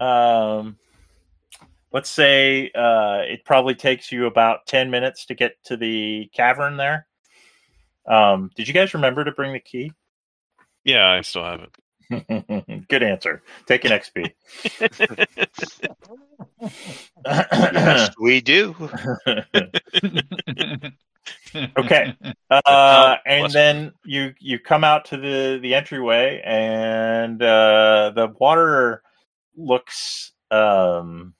Um, let's say uh, it probably takes you about ten minutes to get to the cavern there. Um, did you guys remember to bring the key? *laughs* yeah, I still have it. Good answer. Take an XP. *laughs* Yes, *laughs* we do. *laughs* Okay. uh, and Bless then you you come out to the the entryway, and uh, the water looks, um,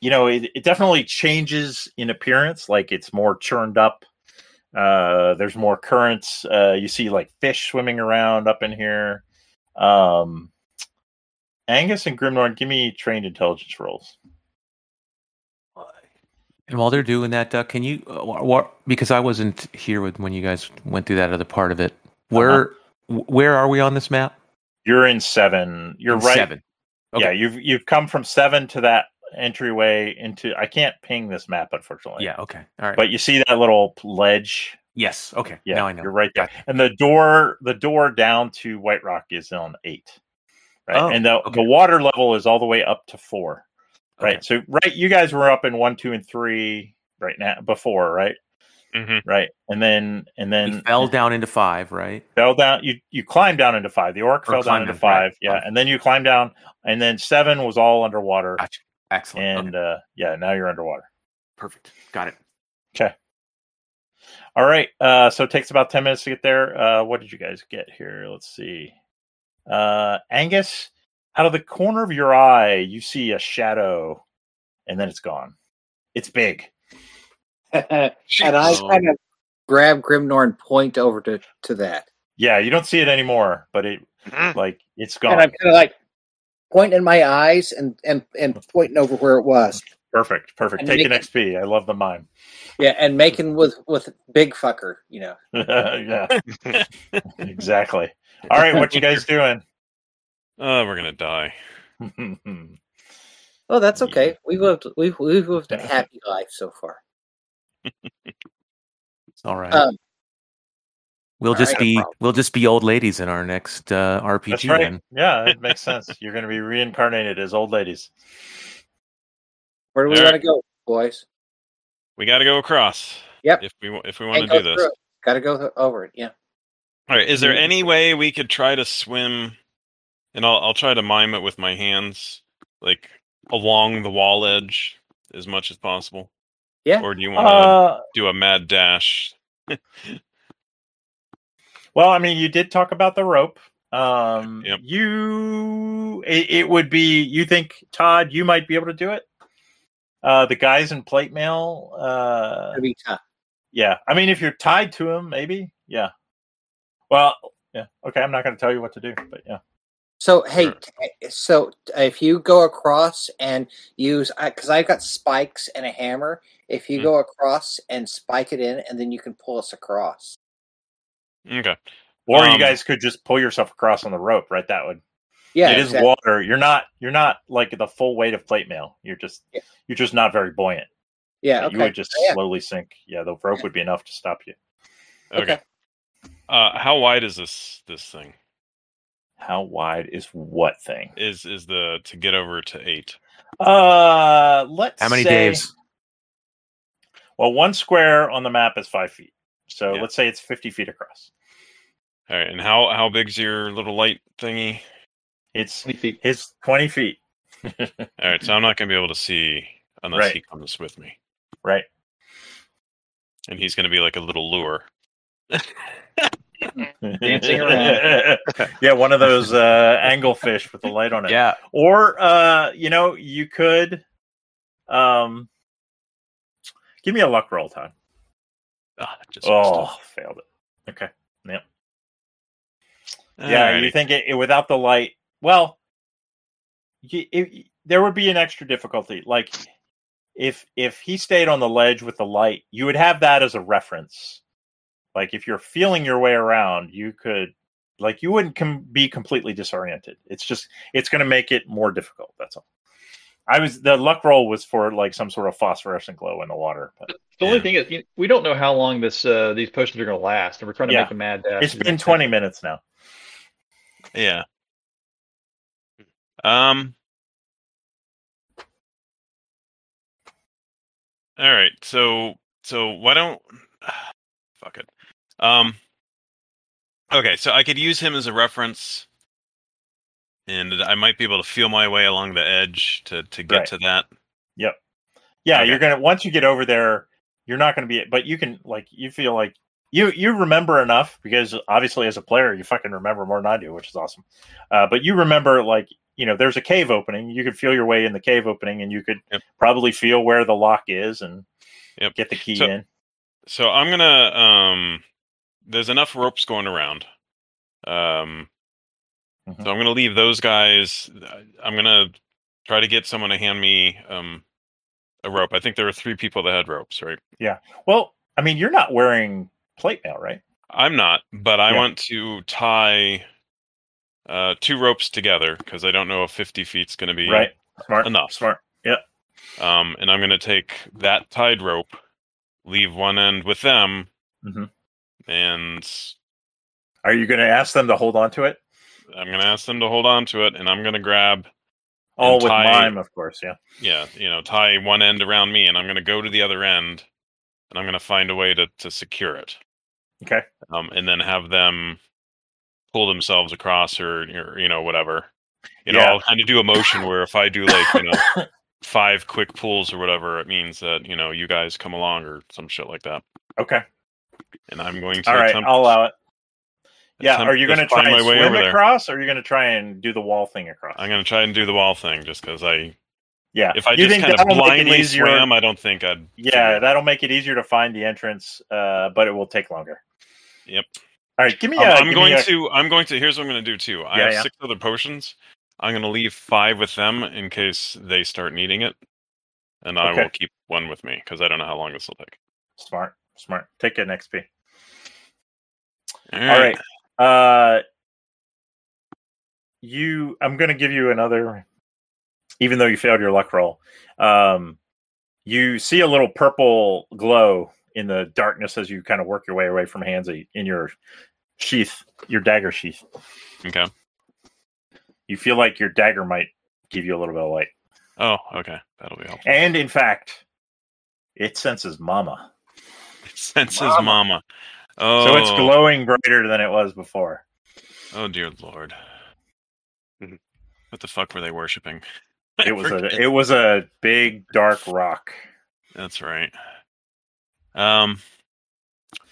you know, it, it definitely changes in appearance. Like it's more churned up. Uh, there's more currents. Uh, you see like fish swimming around up in here. Um, Angus and Grimnorn, give me trained intelligence rolls. And while they're doing that, uh, can you? Uh, wh- wh- because I wasn't here with when you guys went through that other part of it. Where wh- where are we on this map? You're in seven. You're In right. Seven. Okay. Yeah, you've you've come from seven to that entryway into. I can't ping this map unfortunately. Yeah. Okay. All right. but you see that little ledge. yes. Okay. Yeah, now I know. you're right there. And the door, the door down to White Rock is on eight, right? Oh, and the okay. the water level is all the way up to four, right? Okay. So right, you guys were up in one, two, and three right now before, right? Mhm. Right, and then and then Mm-hmm. we fell down into five, right? fell down you you climbed down into five the orc Or fell down climbed into down, five right. yeah Um, and then you climbed down and then seven was all underwater Gotcha. Excellent. and *laughs* okay. uh yeah now you're underwater perfect. Got it. all right uh so it takes about 10 minutes to get there uh what did you guys get here let's see uh angus out of the corner of your eye you see a shadow and then it's gone it's big and I kind of grab Grimnor and point over to, to that. yeah you don't see it anymore but it Mhm. like it's And I'm gone kind of like pointing my eyes and, and, and pointing over where it was. perfect perfect I'm take an making- xp i love the mime *laughs* Yeah, and making with with big fucker, you know. yeah exactly all right what you guys doing Uh, we're gonna die. Oh, that's okay. We've lived we've we've lived a happy life so far. All right. Um, we'll all just right. be No problem. we'll just be old ladies in our next uh, *laughs* RPG. That's right. Then. Yeah, it makes sense. You're going to be reincarnated as old ladies. Where do we All want right. to go, boys? We got to go across. Yep. If we wa- if we want Can't to do go this, through it. Gotta go th- over it. Yeah. all right. Is there any way we could try to swim? And I'll I'll try to mime it with my hands, like along the wall edge as much as possible. Yeah. Or do you want to Uh, do a mad dash? well, I mean, you did talk about the rope. Um, Yep. you it, it would be you think Todd, you might be able to do it. Uh, the guys in plate mail. Uh, That'd be tough. yeah, I mean, if you're tied to him, maybe. Yeah. Well, yeah. Okay, I'm not going to tell you what to do, but yeah. So hey, Sure. t- so if you go across and use, because I've got spikes and a hammer. If you Mhm. go across and spike it in, and then you can pull us across. Okay. Or you Um, guys could just pull yourself across on the rope, right? That would Yeah, it is exactly. water. You're not you're not like the full weight of plate mail. You're just Yeah. you're just not very buoyant. yeah, You okay. Oh, would just Yeah. slowly sink. Yeah, the rope would be enough to stop you. Okay. Okay. Uh, how wide is this this thing? How wide is what thing? Is is the to get over to eight? Uh let's How many say- days? Well, one square on the map is five feet. So Yeah. let's say it's fifty feet across. All right. And how how big's your little light thingy? It's 20 feet. it's twenty feet. All right. So I'm not gonna be able to see unless Right. he comes with me, right. and he's gonna be like a little lure. *laughs* Dancing around. yeah, one of those uh angle fish with the light on it. Yeah. or uh you know you could um give me a luck roll time Ah, just messed oh up. failed it okay yeah Alrighty. you think it, it without the light well y it, there would be an extra difficulty like if if he stayed on the ledge with the light you would have that as a reference like if you're feeling your way around you could like you wouldn't com- be completely disoriented it's just it's going to make it more difficult that's all i was the luck roll was for like some sort of phosphorescent glow in the water but The only Yeah. thing is, you- we don't know how long this uh, these potions are going to last, and we're trying to Yeah. make a mad dash. it's been 20 minutes now Yeah. Um. All right. So so why don't *sighs* fuck it. Um. Okay, so I could use him as a reference, and I might be able to feel my way along the edge to to get Right. to that. yeah Okay. you're gonna once you get over there you're not gonna be but you can like you feel like you you remember enough because obviously as a player you fucking remember more than i do which is awesome uh, but you remember like you know there's a cave opening you could feel your way in the cave opening and you could Yep. probably feel where the lock is and Yep. get the key So- in So I'm gonna um there's enough ropes going around. Um Mhm. so I'm gonna leave those guys uh, I'm gonna try to get someone to hand me um a rope. I think there were three people that had ropes, right? well i mean you're not wearing plate mail right I'm not, but I Yeah. want to tie uh two ropes together because I don't know if fifty feet's gonna be right smart Enough. smart Um, and I'm going to take that tied rope, leave one end with them, Mhm. and are you gonna ask them to hold on to it I'm going to ask them to hold on to it. And I'm going to grab, all with tie- mime of course yeah yeah, you know, tie one end around me, and I'm going to go to the other end, and I'm going to find a way to to secure it. Okay. Um, and then have them pull themselves across, or, or you know, whatever. You know, Yeah. I'll kind of do a motion where if I do like you know *coughs* five quick pulls or whatever, it means that you know you guys come along or some shit like that. okay and I'm going to all right attempt, i'll uh allow it yeah attempt are you going to just try find and my way swim over there. across or are you going to try and do the wall thing across I'm going to try and do the wall thing just because I, Yeah. if I You just think kind of that'll make it blindly easier- swam, I don't think I'd. figure Yeah, it that'll make it easier to find the entrance, uh, but it will take longer. Yep. All right, give me. Um, a, I'm give going me a- to. I'm going to. Here's what I'm going to do too. I Yeah, have yeah. six other potions. I'm going to leave five with them in case they start needing it, and I Okay. will keep one with me because I don't know how long this will take. smart, smart. Take an XP. All All right. Uh, you. I'm going to give you another. Even though you failed your luck roll, um, you see a little purple glow in the darkness as you kind of work your way away from Hansi in your sheath, your dagger sheath. Okay. You feel like your dagger might give you a little bit of light. Oh, okay. That'll be helpful. *laughs* And in fact, it senses mama. Senses Mama. mama. Oh, So it's glowing brighter than it was before. Oh dear lord. Mhm. What the fuck were they worshiping? *laughs* Mm-hmm. *laughs* I It was forget. a it was a big dark rock. That's right. Um,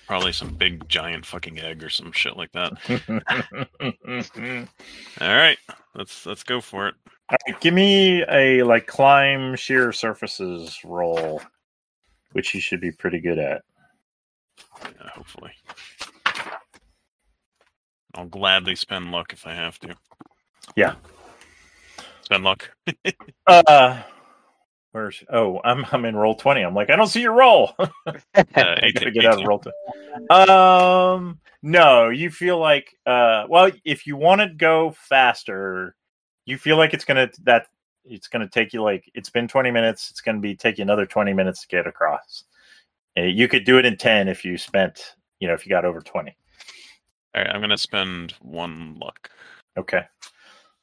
probably some big giant fucking egg or some shit like that. All All right, let's let's go for it. right, give me a like climb sheer surfaces roll, which you should be pretty good at. Yeah, Uh, hopefully, I'll gladly spend luck if I have to. Yeah. spend luck. Uh, where's oh I'm I'm in roll twenty. I'm like I don't see your roll. *laughs* Uh, I *laughs* gotta 18 get out of roll twenty. Um, no, you feel like uh, well, if you want to go faster, you feel like it's gonna that it's gonna take you like it's been twenty minutes. It's gonna be take you another twenty minutes to get across. Uh, You could do it in ten if you spent you know if you got over twenty. All right, I'm gonna spend one luck. Okay.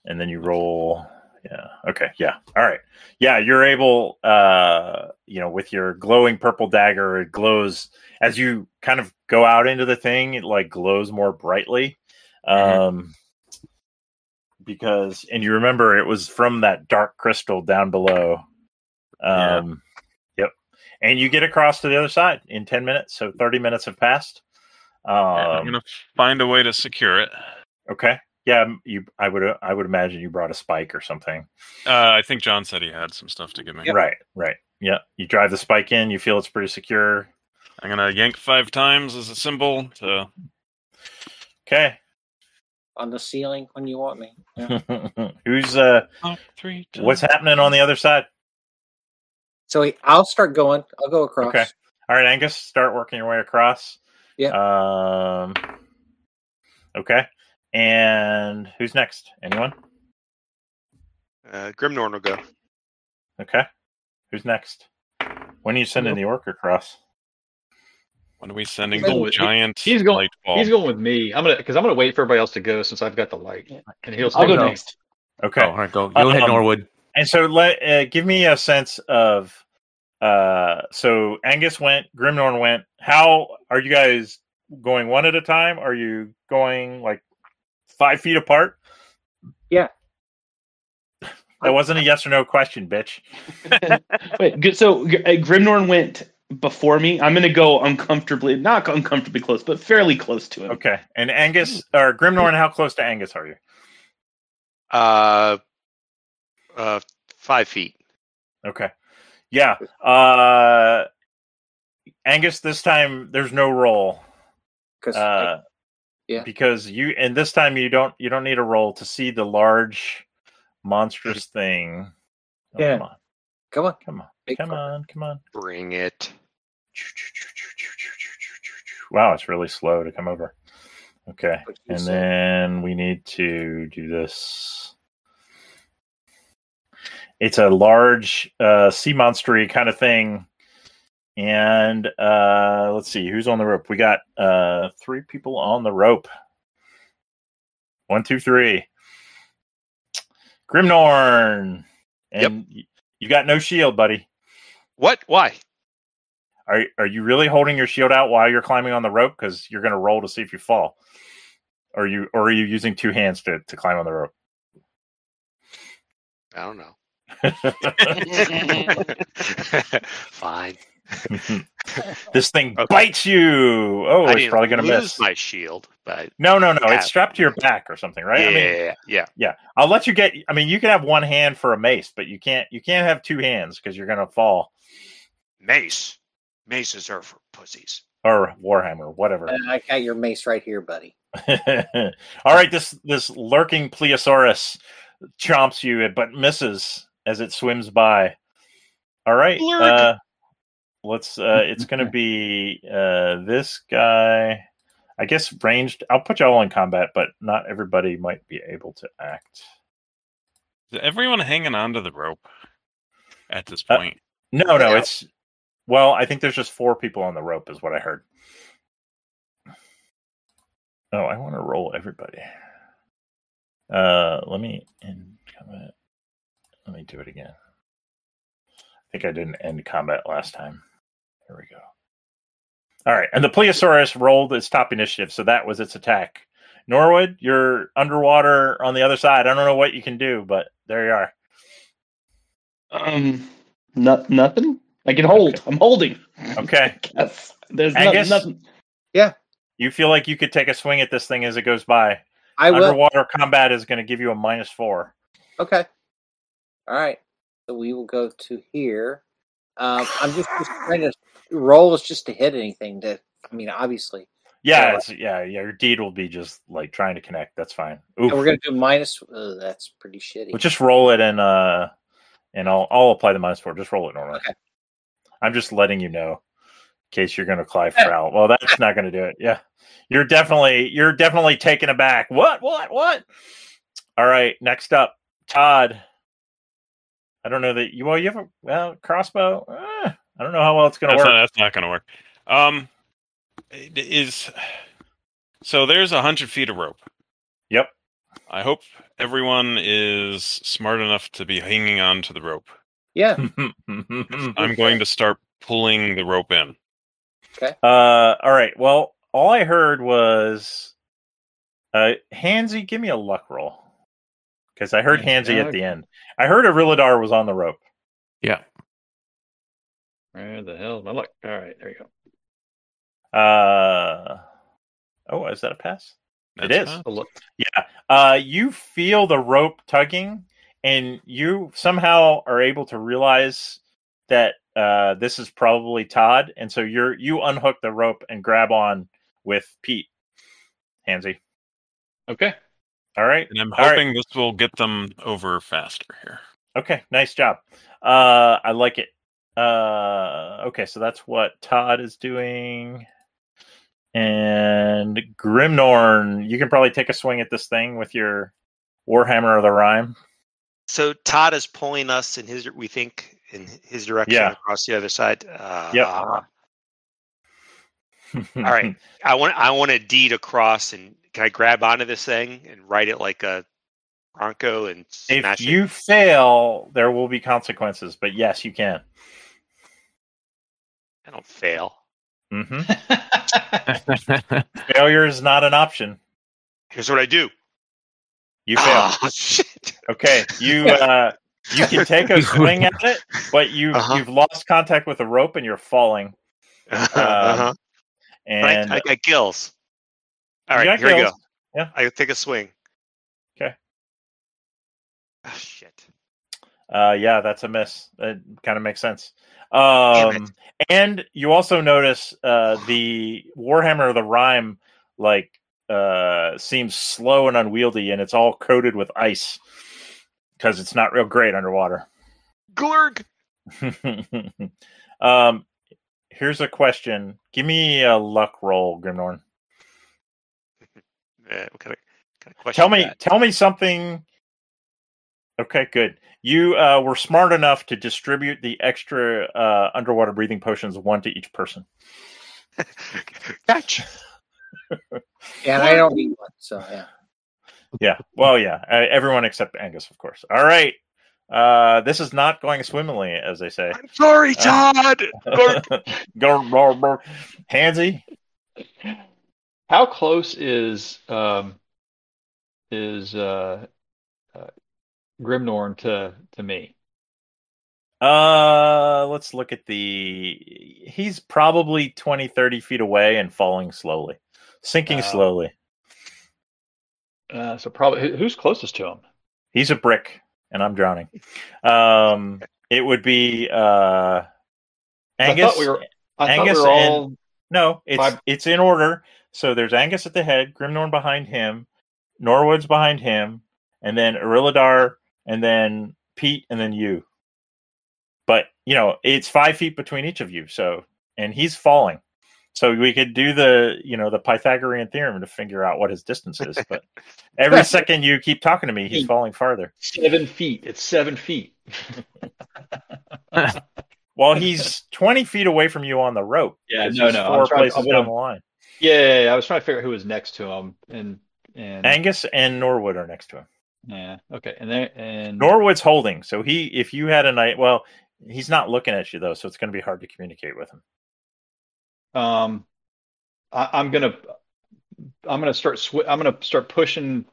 And then you roll. Yeah. Okay. Yeah. All right. Yeah, you're able uh you know with your glowing purple dagger it glows as you kind of go out into the thing it like glows more brightly. Um because and you remember it was from that dark crystal down below. Yeah. Um yep. And you get across to the other side in 10 minutes. So 30 minutes have passed. Um I'm gonna find a way to secure it. Okay. Yeah, m- you. I would. uh, I would imagine you brought a spike or something. Uh, I think John said he had some stuff to give me. Right. Right. Yeah. You drive the spike in. You feel it's pretty secure. I'm gonna yank five times as a symbol to Okay. on the ceiling when you want me. Yeah. Who's uh? three. Times. What's happening on the other side? so he- I'll start going. I'll go across. Okay. All right, Angus, start working your way across. Yeah. Um. Okay. And who's next? Anyone? Uh, Grimnorn will go. Okay. Who's next? When are you sending the orc across? What are we sending? He's going The with- giant he's going- light ball. He's going with me. I'm gonna because I'm gonna wait for everybody else to go since I've got the light, and he'll. I'll stay go with me. next. Okay. Oh, all right, go. Go ahead, Um, Norwood. And so, let uh, give me a sense of. Uh, so Angus went, Grimnorn went. How are you guys going one at a time? Are you going like five feet apart? Yeah. That wasn't a yes or no question, bitch. Wait, good, so uh, Grimnorn went before me. I'm going to go uncomfortably, not uncomfortably close, but fairly close to him. Okay. And Angus or Grimnorn, how close to Angus are you? Uh, uh, five feet. Okay. Yeah. Uh, Angus, this time there's no roll. 'Cause Uh, Yeah. because you and this time you don't you don't need a roll to see the large monstrous thing Oh, Yeah. come on come on, come on big come fucker. on come on Bring it. wow it's really slow to come over okay What you and said. then we need to do this it's a large uh sea monstery kind of thing and uh let's see who's on the rope we got uh three people on the rope one two three grimnorn and y you got no shield buddy What? Why? are are you really holding your shield out while you're climbing on the rope? Because you're going to roll to see if you fall. Are you or are you using two hands to, to climb on the rope? *laughs* I don't know. *laughs* this Fine. thing Okay. bites you. Oh, I it's didn't probably going to lose miss. my shield, but No, no, no. Yeah. It's strapped to your back or something, right? yeah, I mean, yeah, yeah. I'll let you get. I mean, you can have one hand for a mace, but you can't. You can't have two hands because you're going to fall Mace. Maces are for pussies. or warhammer, whatever. Uh, I got your mace right here, buddy. *laughs* All right, this this lurking plesiosaurus chomps you, but misses as it swims by. All right, Lurk. uh, let's. Uh, it's going to be uh, this guy. I guess ranged. I'll put you all in combat, but not everybody might be able to act. Is everyone hanging onto the rope at this Uh, point? No, no, Yeah. it's. Well, I think there's just four people on the rope, is what I heard. Oh, I want to roll everybody. Uh, let me end combat. Let me do it again. I think I didn't end combat last time. Here we go. All right, and the Plesiosaurus rolled its top initiative, so that was its attack. Norwood, you're underwater on the other side. I don't know what you can do, but there you are. Um, no, nothing. I can hold. I'm holding. Okay. Yes. There's Angus? nothing. nothing. You feel like you could take a swing at this thing as it goes by. I will. Underwater combat is going to give you a minus four. Okay. All right. So we will go to here. Um, I'm just, just trying to roll is just to hit anything. To I mean, obviously, Yeah, Yeah. it's, yeah, yeah. Your deed will be just like trying to connect. That's fine. and Oof. we're gonna do minus. Uh, that's pretty shitty. Well, just roll it and uh, and I'll I'll apply the minus four. Just roll it normally. Okay. I'm just letting you know in case you're going to apply Yeah. foul. Well, that's not going to do it. Yeah, you're definitely you're definitely taken aback. What? What? What? All right. Next up, Todd. I don't know that you. Well, you have a well crossbow. Eh, I don't know how well it's going to That's work. not, that's not gonna work. Um, it is so there's a hundred feet of rope. Yep. I hope everyone is smart enough to be hanging on to the rope. yeah. *laughs* *laughs* I'm going to start pulling the rope in. Uh, all right. Well, all I heard was, uh, Hansy, give me a luck roll because I heard Yeah, Hansy at dog. the end. I heard Arilladar was on the rope. Where the hell is my luck? All right, there you go. Uh, oh, is that a pass? It That's is. fine. A look. Yeah. Uh, you feel the rope tugging, and you somehow are able to realize that uh, this is probably Todd, and so you're you unhook the rope and grab on with Pete, Hansy. Okay. All right. And I'm All right. hoping this will get them over faster here. Okay, nice job. Uh, I like it. Uh, okay, so that's what Todd is doing. And Grimnorn, you can probably take a swing at this thing with your Warhammer of the Rhyme. So Todd is pulling us in his, we think, in his direction Yeah. across the other side. Uh, Yep. *laughs* All right. I want, I want a deed across, and can I grab onto this thing and ride it like a bronco *laughs* and If smash it? you fail, there will be consequences, but yes, you can. I don't fail. hmm That's *laughs* Failure is not an option. Here's what I do. You fail. *laughs* Oh, *laughs* shit. Okay, *laughs* you uh, you can take a swing at it, but you Uh-huh. you've lost contact with the rope and you're falling. Uh-huh. But Um, And I, I got gills. All You right, got here we go. gills. Yeah. I take a swing. 'Kay. Ah, shit. Uh, yeah, that's a miss. It kind of makes sense. Um, and you also notice uh, the Warhammer of the Rhyme like uh, seems slow and unwieldy, and it's all coated with ice because it's not real great underwater. *laughs* Glurg. um, here's a question. Give me a luck roll, Grimnorn. Uh, what kind of, kind of question Tell is me, that? tell me something. Okay, good. You uh, were smart enough to distribute the extra uh, underwater breathing potions, one to each person. *laughs* Gotcha. And I don't need one. So yeah. yeah. Well, yeah. Uh, everyone except Angus, of course. All right. Uh, this is not going swimmingly, as they *laughs* say. I'm sorry, Uh, Todd. *laughs* Glurg. Grr, grr, grr. Hansy. How close is um is uh, uh Grimnorn to to me? Uh, let's look at the. He's probably 20, 30 feet away and falling slowly, sinking Wow. slowly. Uh, so probably who- who's closest to him? He's a brick, and I'm drowning. Um, it would be uh, Angus. I thought we were. I Angus thought we were all. No, it's Five- it's in order. So there's Angus at the head, Grimnorn behind him, Norwood's behind him, and then Arilladar, and then Pete, and then you. But you know, it's five feet between each of you. So and he's falling. So we could do the you know the Pythagorean theorem to figure out what his distance is. *laughs* But every second you keep talking to me, he's falling farther. Seven feet. It's *laughs* seven feet. Well, he's *laughs* twenty feet away from you on the rope. Yeah, 'cause no, he's no, I'm Four trying- places I'm gonna- down the line. Yeah, yeah, yeah, I was trying to figure out who was next to him, and and Angus and Norwood are next to him. yeah, okay, and there and Norwood's holding, so he if you had a night, well, he's not looking at you though, so it's going to be hard to communicate with him. um, I, I'm gonna I'm gonna start sw- I'm gonna start pushing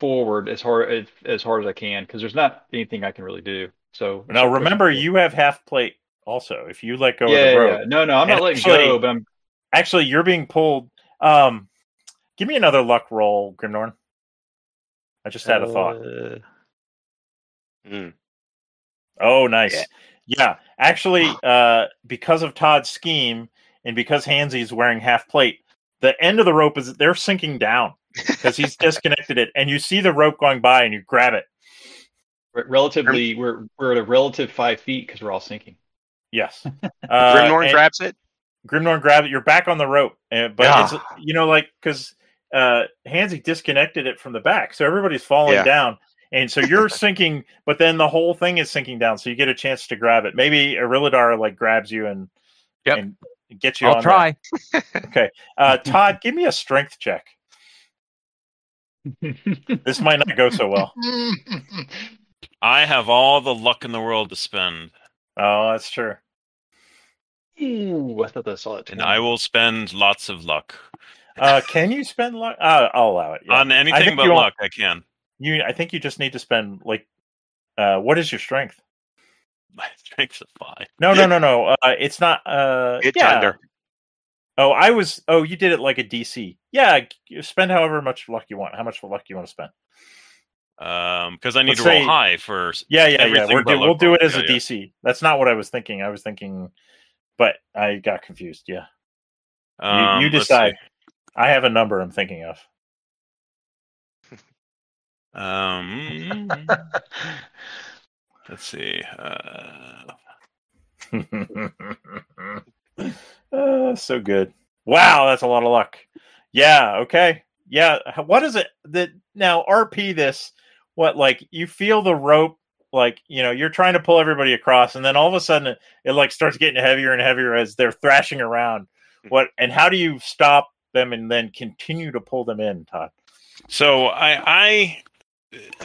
forward as hard as, as hard as I can because there's not anything I can really do. So Now remember, you have half plate Also, if you let go yeah, of the yeah, rope, yeah. No, no, I'm not letting go, Actually- but I'm. actually, you're being pulled. Um, give me another luck roll, Grimnorn. I just had a thought. Uh, mm, Oh, nice. Yeah. Yeah. Actually, uh, because of Todd's scheme and because Hansy's wearing half plate, the end of the rope is they're sinking down because he's disconnected it. And you see the rope going by and you grab it. we're Relatively, we're we're at a relative five feet because we're all sinking. Yes. Uh, Grimnorn and grabs it. Grimnorn grab it. You're back on the rope. And, but Yeah. it's, you know, like, because uh, Hansy disconnected it from the back. So everybody's falling Yeah. down. And so *laughs* you're sinking, but then the whole thing is sinking down. So you get a chance to grab it. Maybe Arilladar, like, grabs you and, Yep. and gets you on I'll the- try. *laughs* Uh, Todd, give me a strength check. This might not go so *laughs* well. I have all the luck in the world to spend, Oh, that's true. Ooh, I thought that's all it. and I will spend lots of luck Uh, can you spend luck? Uh, I'll allow it. yeah. on anything think but you want- luck. I can. *laughs* you, I think you just need to spend like. Uh, what is your strength? My strength's a five. No, no, no, no. Uh, it's not. Uh, It's yeah. under. Oh, I was. Oh, you did it like a DC. Yeah, g- spend however much luck you want. How much luck you want to spend? Um, because I need Let's to roll say- high for s- Yeah, yeah, Everything yeah. We're but do, luck we'll do roll. it as Yeah, a yeah. DC. That's not what I was thinking. I was thinking, but I got confused. Yeah, Um, you, you let's decide. I have a number I'm thinking of. see. Um, let's see. Uh, uh, so good. Wow, that's a lot of luck. Yeah, okay. Yeah, h- what is it that now RP this what like you feel the rope like you know you're trying to pull everybody across and then all of a sudden it, it like starts getting heavier and heavier as they're thrashing around. What and how do you stop them and then continue to pull them in, Todd? so I, I,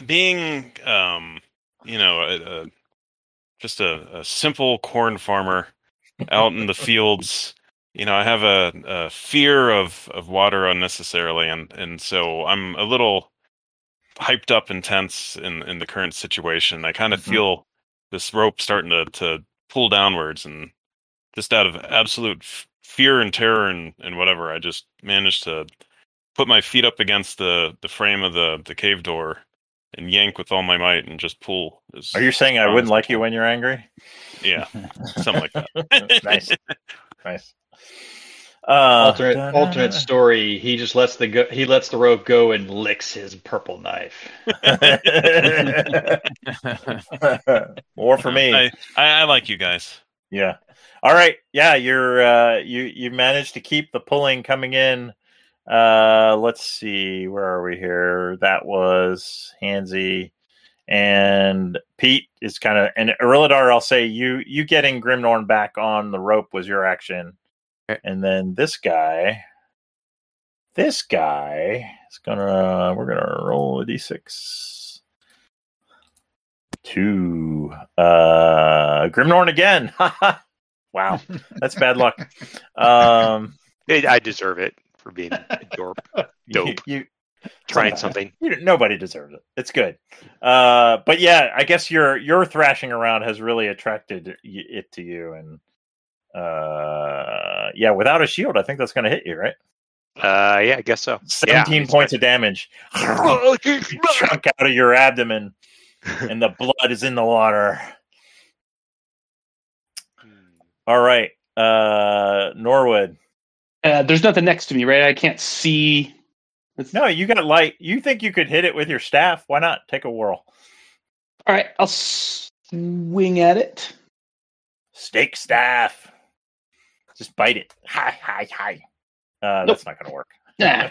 being um, you know, a, a, just a, a simple corn farmer out in the fields. You know, I have a, a fear of of water unnecessarily, and and so I'm a little hyped up and tense in in the current situation. I kind of Mhm. feel this rope starting to to pull downwards, and just out of absolute f- fear and terror and and whatever, I just managed to put my feet up against the the frame of the the cave door and yank with all my might and just pull. as- Are you saying I wouldn't like you when you're angry? Yeah, something like that. *laughs* nice. Nice. Uh, alternate da-na-na-na. alternate story. He just lets the go, he lets the rope go and licks his purple knife. *laughs* *laughs* *laughs* More for me. *laughs* I, I, I like you guys. Yeah. All right. Yeah, you're uh you you managed to keep the pulling coming in. Uh let's see, where are we here? That was Hansy and Pete is kind of and Arilladar, I'll say you you getting Grimnorn back on the rope was your action. Okay. And then this guy this guy is gonna we're gonna roll a D6 two. Uh, Grimnorn again. *laughs* wow, Uh, that's bad luck. Um, It, I deserve it for being a *laughs* dorp, you, Dope. you, trying something. you, nobody deserves it. It's good. Uh, but yeah, I guess your your thrashing around has really attracted y- it to you, and uh, yeah, without a shield, I think that's going to hit you, right? Uh, yeah, I guess so. Yeah, Seventeen it's points of damage. chunk out of your abdomen, and the blood is in the water. All right, uh, Norwood. Uh, there's nothing next to me, right? I can't see. It's- No, you got light. You think you could hit it with your staff? Why not take a whirl? All right, I'll swing at it. Steak staff. Just bite it. Hi, hi, hi. Uh, That's not going to work. Nah.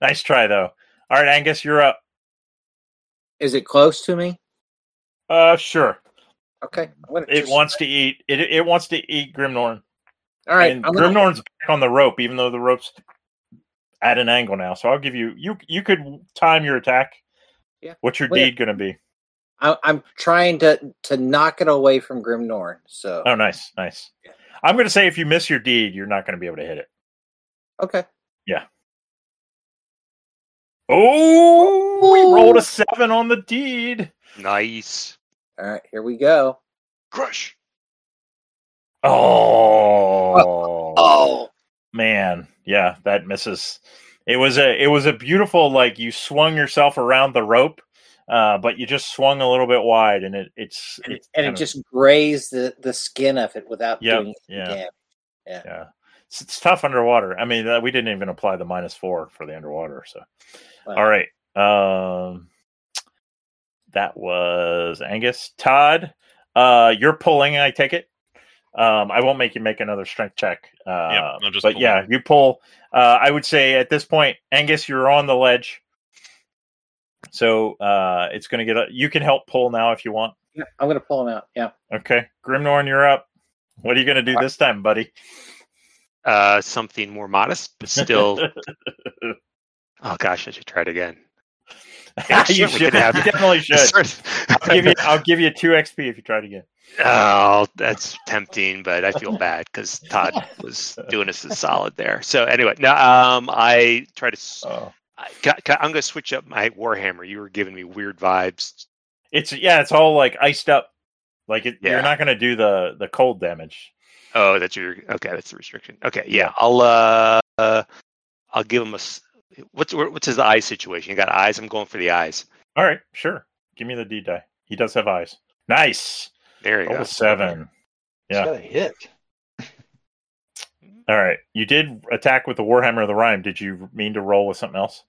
Nice try, though. All right, Angus, you're up. Is it close to me? Uh, sure. Okay, I'm gonna It just- wants to eat. It it wants to eat Grimnorn. All right, and I'm gonna- Grimnorn's back on the rope, even though the rope's at an angle now. So I'll give you you you could time your attack. Yeah. What's your Wait. deed going to be? I, I'm trying to to knock it away from Grim Norn. So Oh, nice, nice. I'm going to say if you miss your deed, you're not going to be able to hit it. okay, Oh, we rolled a seven on the deed. *laughs* nice all right, here we go. crush. Oh, Oh, man, yeah, that misses. It was a it was a beautiful like you swung yourself around the rope, uh, but you just swung a little bit wide, and it it's and, it- it's and kind it of- just grazed the, the skin of it without Yep, doing any yeah. damage. yeah. It's, it's tough underwater. I mean, that, we didn't even apply the minus four for the underwater. So, Wow. all right, um, that was Angus Todd. Uh, you're pulling, I take it. Um, I won't make you make another strength check. Uh, Yep, I'm just but pulling. yeah, you pull. Uh, I would say at this point, Angus, you're on the ledge, so uh, it's going to get. A, you can help pull now if you want. Yeah, I'm gonna pull him out. Yeah. Okay, Grimnorn, you're up. What are you going to do this time, buddy? *laughs* Uh, something more modest, *laughs* but still. oh gosh, I should try it again. Yeah, you certainly should. could have. You *laughs* definitely should. I'll give you. I'll give you two XP if you try it again. Oh, that's tempting, but I feel bad because Todd was doing us a solid there. So anyway, no, um, I try to. s- Oh. I, am gonna switch up my Warhammer. You were giving me weird vibes. It's yeah. It's all like iced up. Like it, Yeah. you're not going to do the the cold damage. Oh, that's your okay. That's the restriction. Okay, yeah, I'll uh, uh I'll give him a. s- What's what's his eye situation? You got eyes? I'm going for the eyes. All right, sure. Give me the D die. He does have eyes. Nice. There you Roll go. a seven. Yeah. got a hit. All right. You did attack with the Warhammer of the Rhyme. Did you mean to roll with something else?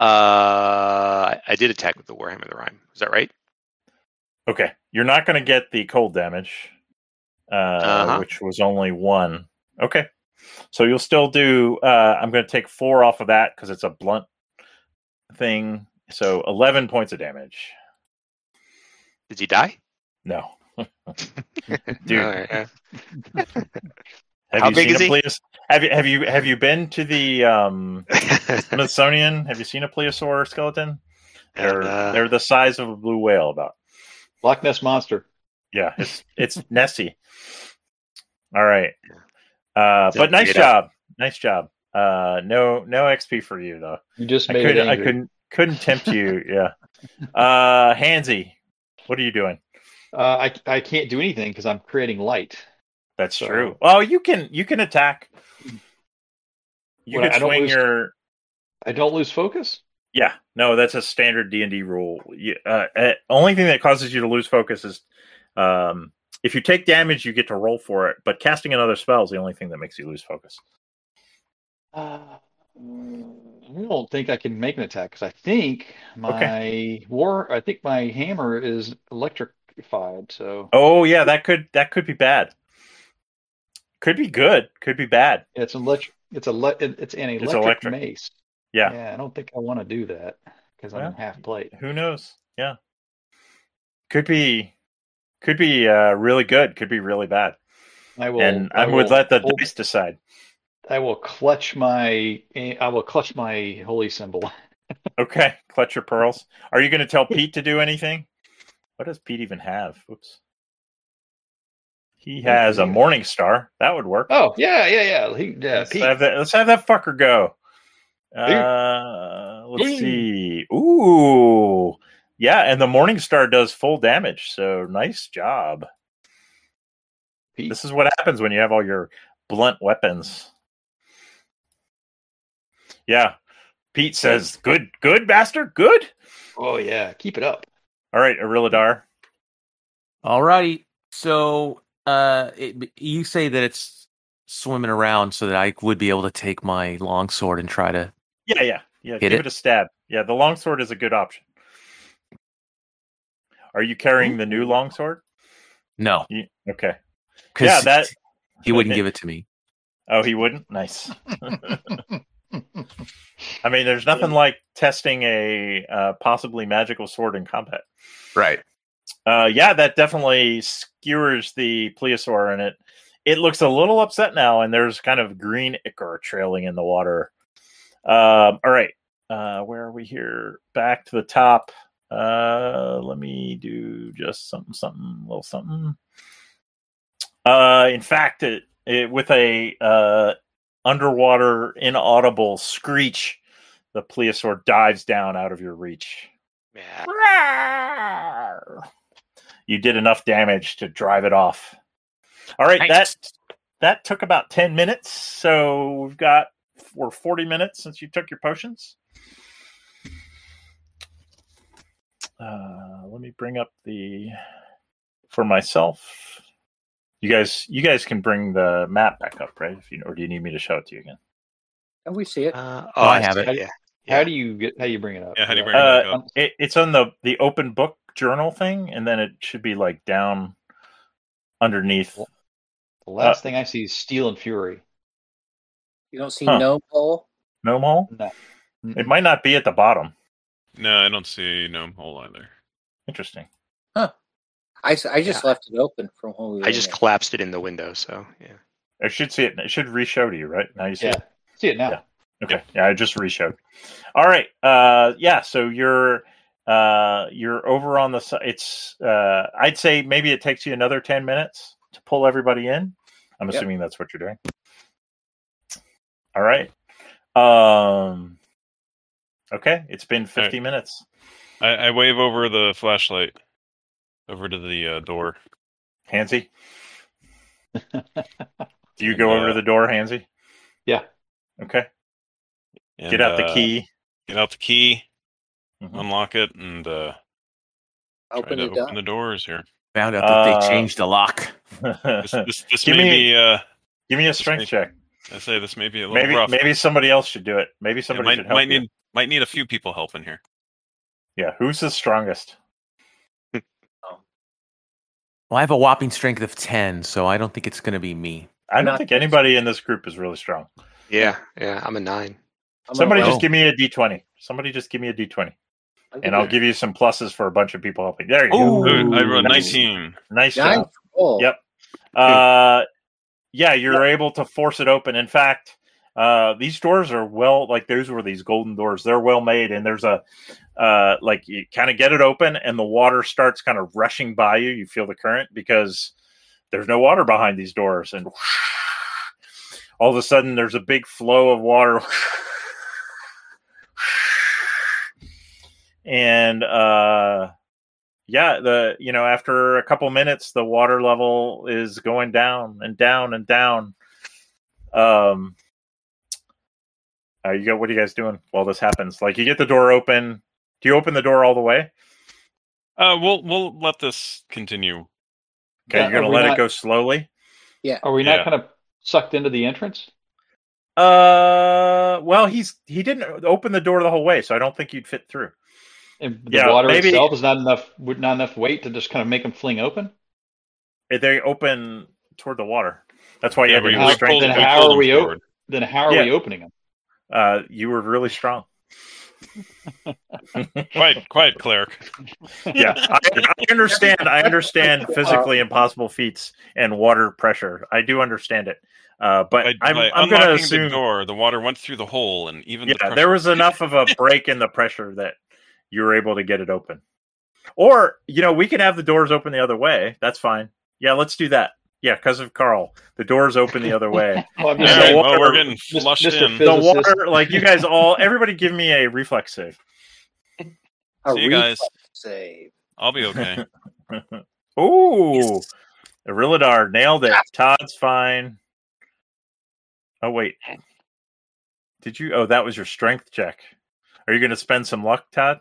Uh, I- I did attack with the Warhammer of the Rhyme. Is that right? Okay. You're not going to get the cold damage, uh, Uh-huh. which was only one. Okay. So you'll still do. Uh, I'm going to take four off of that because it's a blunt thing. So 11 points of damage. Did you die? No. Dude. All right, *laughs* uh, Have How you big seen is a he? pleos- Have you have you have you been to the *laughs* um, Smithsonian? have you seen a plesiosaur skeleton? *laughs* They're Uh, they're the size of a blue whale. About Loch Ness monster. yeah, it's it's Nessie. All right, uh, Don't but nice get out. job, nice job. Uh, no no XP for you though. You just I made it couldn't I angry. couldn't couldn't tempt *laughs* you. Yeah, uh, Hansy, what are you doing? Uh, I I can't do anything because I'm creating light. That's So- true. Oh, you can you can attack. You Well, can I don't swing lose- your I don't lose focus. Yeah, no, that's a standard D and D rule. You, uh, uh, only thing that causes you to lose focus is um, if you take damage, you get to roll for it. But casting another spell is the only thing that makes you lose focus. Uh, I don't think I can make an attack because I think my war. I think my hammer is electrified. So Oh yeah, that could that could be bad. Could be good. Could be bad. it's an electric. It's a le- it- it's an electric, electric. mace. Yeah. I don't think I want to do that because I'm Well, in half plate. Who knows? Yeah. Could be. Could be uh, really good. Could be really bad. I will. and I, I would will let the hold- dice decide. I will clutch my. I will clutch my holy symbol. Okay, *laughs* clutch your pearls. Are you going to tell Pete to do anything? What does Pete even have? Oops. He has a morning star. That would work. Oh yeah, yeah, yeah. He, yeah let's, Pete. have that, let's have that fucker go. Uh, let's see. Ooh. Yeah, and the morning star does full damage. So nice job. Pete. This is what happens when you have all your blunt weapons. Yeah. Pete says, "Good, good bastard, good." Oh yeah, keep it up. All right, Arilladar. All righty. So uh, it, you say that it's swimming around so that I would be able to take my longsword and try to. Yeah, yeah, yeah. Hit give it. it. a stab. Yeah, the longsword is a good option. Are you carrying the new longsword? No, You, okay. 'cause Yeah, that- he wouldn't give it to me. Oh, he wouldn't. Nice. I mean, there's nothing like testing a uh, possibly magical sword in combat. Right. Uh, yeah, that definitely skewers the plesiosaur, and it it looks a little upset now. And there's kind of green ichor trailing in the water. Um, all right, uh, where are we here? Back to the top. Uh, let me do just something, something, little something. Uh, in fact, it, it with a uh, underwater inaudible screech, the plesiosaur dives down out of your reach. yeah. You did enough damage to drive it off. All right, Thanks. that that took about ten minutes. So we've got we're forty minutes since you took your potions. Uh, let me bring up the for myself. You guys, you guys can bring the map back up, right? If you or do you need me to show it to you again? And we see it. Uh, Oh, I have see, it. Yeah. *laughs* How do you get? How do you bring it up? Yeah, how do you bring it Uh, up? Um, It, it's on the the open book journal thing, and then it should be like down underneath. The last uh, thing I see is Steel and Fury. You don't see Huh. no hole. No mole. No. Mm-mm. It might not be at the bottom. No, I don't see gnome hole either. Interesting. I, s- I just left it open from when we were I in just there. collapsed it in the window. So yeah. I should see it. It should re-show to you, right? Now you see Yeah, it. see it now. Yeah. Okay. Yeah, I just re-showed. All right. Uh yeah, so you're uh you're over on the si- it's uh I'd say maybe it takes you another 10 minutes to pull everybody in. I'm Yep. assuming that's what you're doing. All right. Um Okay, it's been 50 minutes. I, I wave over the flashlight over to the uh, door. *laughs* Hansy, do you go over to the door, Hansy? Uh, Yeah. Okay. and, Get out the uh, key. Get out the key. Mhm. Unlock it and uh, Open try it to up. open the doors here. Found out that Uh, they changed the lock. *laughs* This, this, this Give may me- be. Uh, Give me a strength check. I say this may be a little maybe rough. maybe somebody else should do it. Maybe Yeah, somebody should might help might you. need might need a few people helping here. Yeah, who's the strongest? Well, I have a whopping strength of 10, so I don't think it's going to be me. I don't Not think anybody in this group is really strong. Yeah. Yeah. I'm a nine. I'm gonna Somebody roll. just give me a D twenty. Somebody just give me a D twenty, I'll give and you I'll give you some pluses for a bunch of people helping. There you Ooh, go. I rolled nice. 19. Nice nine job. roll. Yep. Uh, yeah, you're able to force it open. In fact, uh, these doors are well, like those were these golden doors. They're well made, and there's a uh, like you kind of get it open, and the water starts kind of rushing by you. You feel the current because there's no water behind these doors, and all of a sudden there's a big flow of water. And uh yeah the you know after a couple minutes the water level is going down and down and down um uh, you go what are you guys doing while this happens like you get the door open do you open the door all the way Uh, we'll we'll let this continue. okay you're Yeah, are gonna we let it not- go slowly Are we not Yeah. kind of sucked into the entrance? uh well he's he didn't open the door the whole way so i don't think you'd fit through And the Yeah, water maybe- itself is not enough. Would not enough weight to just kind of make them fling open. they open toward the water that's why you had we- to we use strength pulled to it do- out. how pulled are him we o- forward. Then how are Yeah. we opening them? uh you were really strong Quiet, quiet, cleric. *laughs* yeah, I, I understand. I understand physically impossible feats and water pressure. I do understand it, uh, but By, I'm, by I'm going to unlocking assume. the door, the water went through the hole, and even the yeah, pressure- there was enough of a break in the pressure that you were able to get it open. Or you know, we can have the doors open the other way. That's fine. Yeah, let's do that. Yeah, because of Carl, the doors open the other *laughs* way. Well, I'm All just Yeah, the right, saying, well, water- we're getting Mr. flushed Mr. in. Phil- The Physicist. water, like you guys all, everybody, give me a reflex save. A See you guys. reflex save. I'll be okay. *laughs* Ooh, Arilladar nailed it. Todd's fine. Oh wait, did you? Oh, that was your strength check. Are you going to spend some luck, Todd?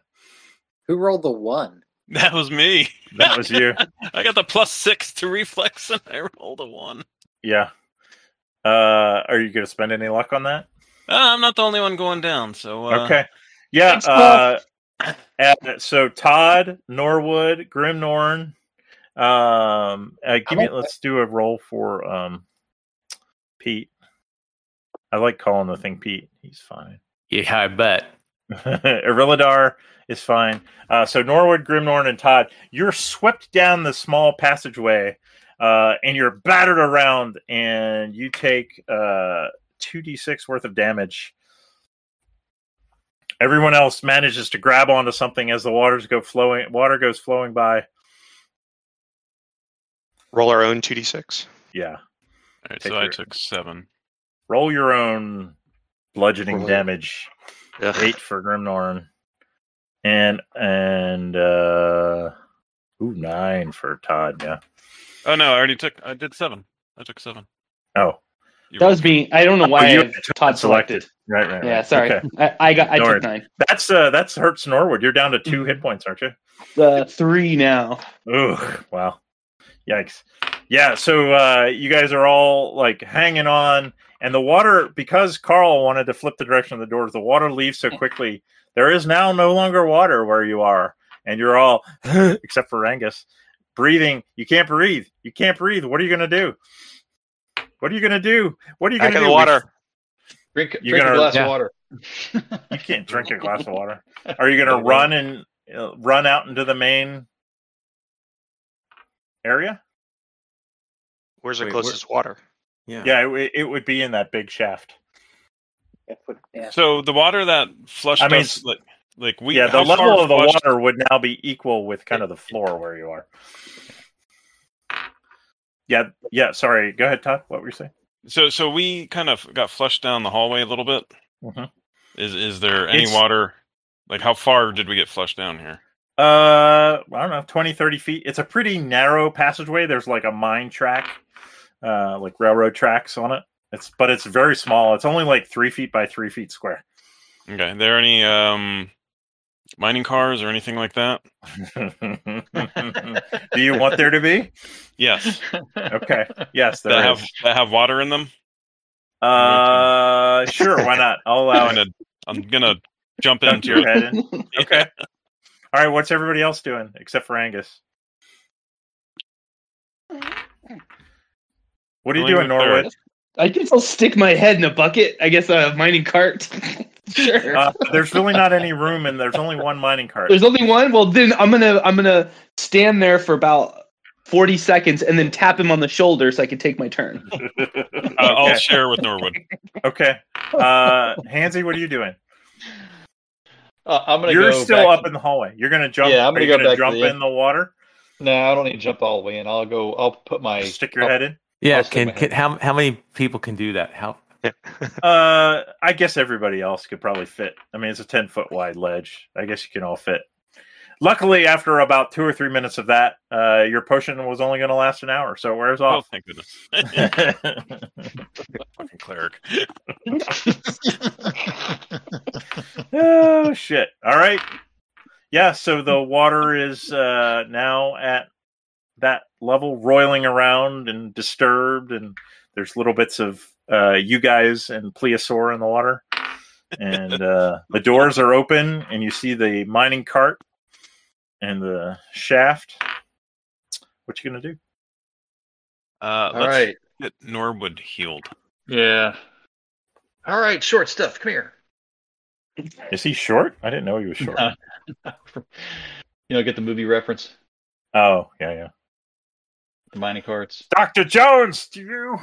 Who rolled the one? That was me. That was you. I got the plus six to reflex, and I rolled a one. Uh, Yeah. Uh, are you going to spend any luck on that? Uh, I'm not the only one going down, so uh, okay. Yeah. thanks, Uh, uh, so Todd Norwood, Grim Norn. Um, uh, give I'm me. okay. Let's do a roll for um, Pete. I like calling the thing Pete. He's fine. Yeah, I bet. *laughs* Iriladar is fine. Uh, so Norwood, Grimnorn, and Todd, you're swept down the small passageway, uh, and you're battered around, and you take uh, two d six worth of damage. Everyone else manages to grab onto something as the waters go flowing. Water goes flowing by. Roll our own 2d6. Yeah, All right, Take so I your- took seven. roll your own bludgeoning Roll. damage. Ugh. eight for Grimnorn, and and uh, ooh nine for Todd. Yeah, Oh no, I already took. I did seven. I took seven. Oh, You That rolled. was me. I don't know why I you have Todd selected. right, right. right. Yeah, sorry. *laughs* Okay. I, I got. I Don't worry. took nine. That's uh, that's hurts Norwood. You're down to two Mm-hmm. hit points, aren't you? Uh, three now. Ooh, wow. Yikes. Yeah, so uh, you guys are all like hanging on, and the water, because Carl wanted to flip the direction of the doors, the water leaves so quickly. There is now no longer water where you are, and you're all, *laughs* except for Angus, breathing. You can't breathe. You can't breathe. What are you going to do? What are you going to do? What are you going Back to in do? the water. Drink, drink You're a gonna- glass yeah. of water. *laughs* You can't drink a *laughs* glass of water. Are you going Don't to worry. run and uh, run out into the main area? Where's the Wait, where- closest water? Yeah, it, w- it would be in that big shaft. That's what- yeah. So the water that flushed I mean, us, like, like we, yeah, the how far level of the flushed- water would now be equal with kind of the floor where you are. Yeah, yeah. Sorry, go ahead, Todd. What were you saying? So, so we kind of got flushed down the hallway a little bit. Mhm. Is is there any It's- water? Like, how far did we get flushed down here? Uh, I don't know, 20, 30 feet. It's a pretty narrow passageway. There's like a mine track, uh, like railroad tracks on it. It's but it's very small. It's only like three feet by three feet square. Okay, are there any um mining cars or anything like that? Do you want there to be? Yes, Okay. Yes, *laughs* that there have is. that have water in them. Uh, sure. Why not? I'll *laughs* allow I'm it. gonna, I'm gonna *laughs* jump Dunk into your your head in. Okay. All right, what's everybody else doing except for Angus? What are you Going doing, with Norwood? I guess I'll stick my head in a bucket. I guess a mining cart. *laughs* sure. Uh, there's really not any room, and there's only one mining cart. There's only one. Well, then I'm gonna I'm gonna stand there for about forty seconds and then tap him on the shoulder so I can take my turn. okay. Uh, *laughs* I'll share with Norwood. okay. Uh, Hansy, what are you doing? Uh, I'm gonna. You're go still back up to- in the hallway. You're gonna jump. Yeah, I'm are gonna you go back to jump the- in the water. No, I don't need to jump all the way in. I'll go. I'll put my Stick your I'll- head in. I'll Yeah, stick can, my head. can how how many people can do that? How Uh, I guess everybody else could probably fit. I mean, it's a ten foot wide ledge. I guess you can all fit. Luckily, after about two or three minutes of that, uh, your potion was only going to last an hour, so it wears Oh, off. thank goodness. *laughs* All Fucking cleric. *laughs* oh shit! All right, yeah. So the water is uh, now at that level, roiling around and disturbed, and there's little bits of uh, you guys and plesiosaur in the water, and uh, the doors are open, and you see the mining cart and the shaft. What you gonna do? Uh, All let's right. get Norwood healed. Yeah. All right, short stuff. Come here. Is he short? I didn't know he was short. *laughs* you know, get the movie reference. Oh yeah, yeah. The mining carts. Doctor Jones, do you?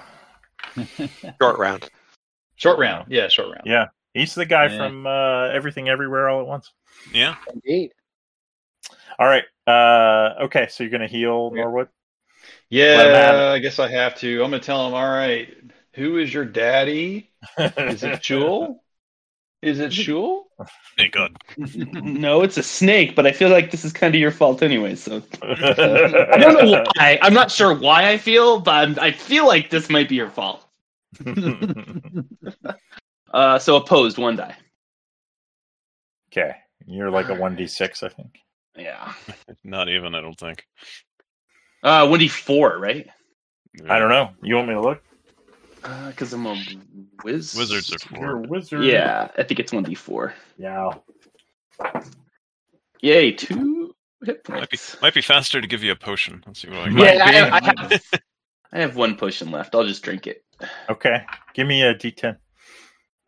Short round. *laughs* Short round. Yeah, short round. Yeah. He's the guy Yeah. from uh, Everything Everywhere All at Once. Yeah. Indeed. All right. Uh, okay, so you're gonna heal Norwood. Let 'em have Yeah, I guess I have to. I'm gonna tell him. All right, who is your daddy? *laughs* Is it Jewel? Is it Shul? Thank God. *laughs* no, it's a snake, but I feel like this is kind of your fault anyway. So I don't know why. I'm not sure why I feel, but I'm, I feel like this might be your fault. Uh, so opposed, one die. *laughs* okay, you're like a one d six, I think. Yeah. Not even. I don't think. Uh, one d four, right? I don't know. You want me to look? Because Uh, I'm a whiz. Wizards are four. You're a wizard. Yeah, I think it's one d four. Yeah. Yay, two hit Might be, points. might be faster to give you a potion. Let's see what I Yeah, got. I have, I, Might have, *laughs* I have one potion left. I'll just drink it. Okay. Give me a d ten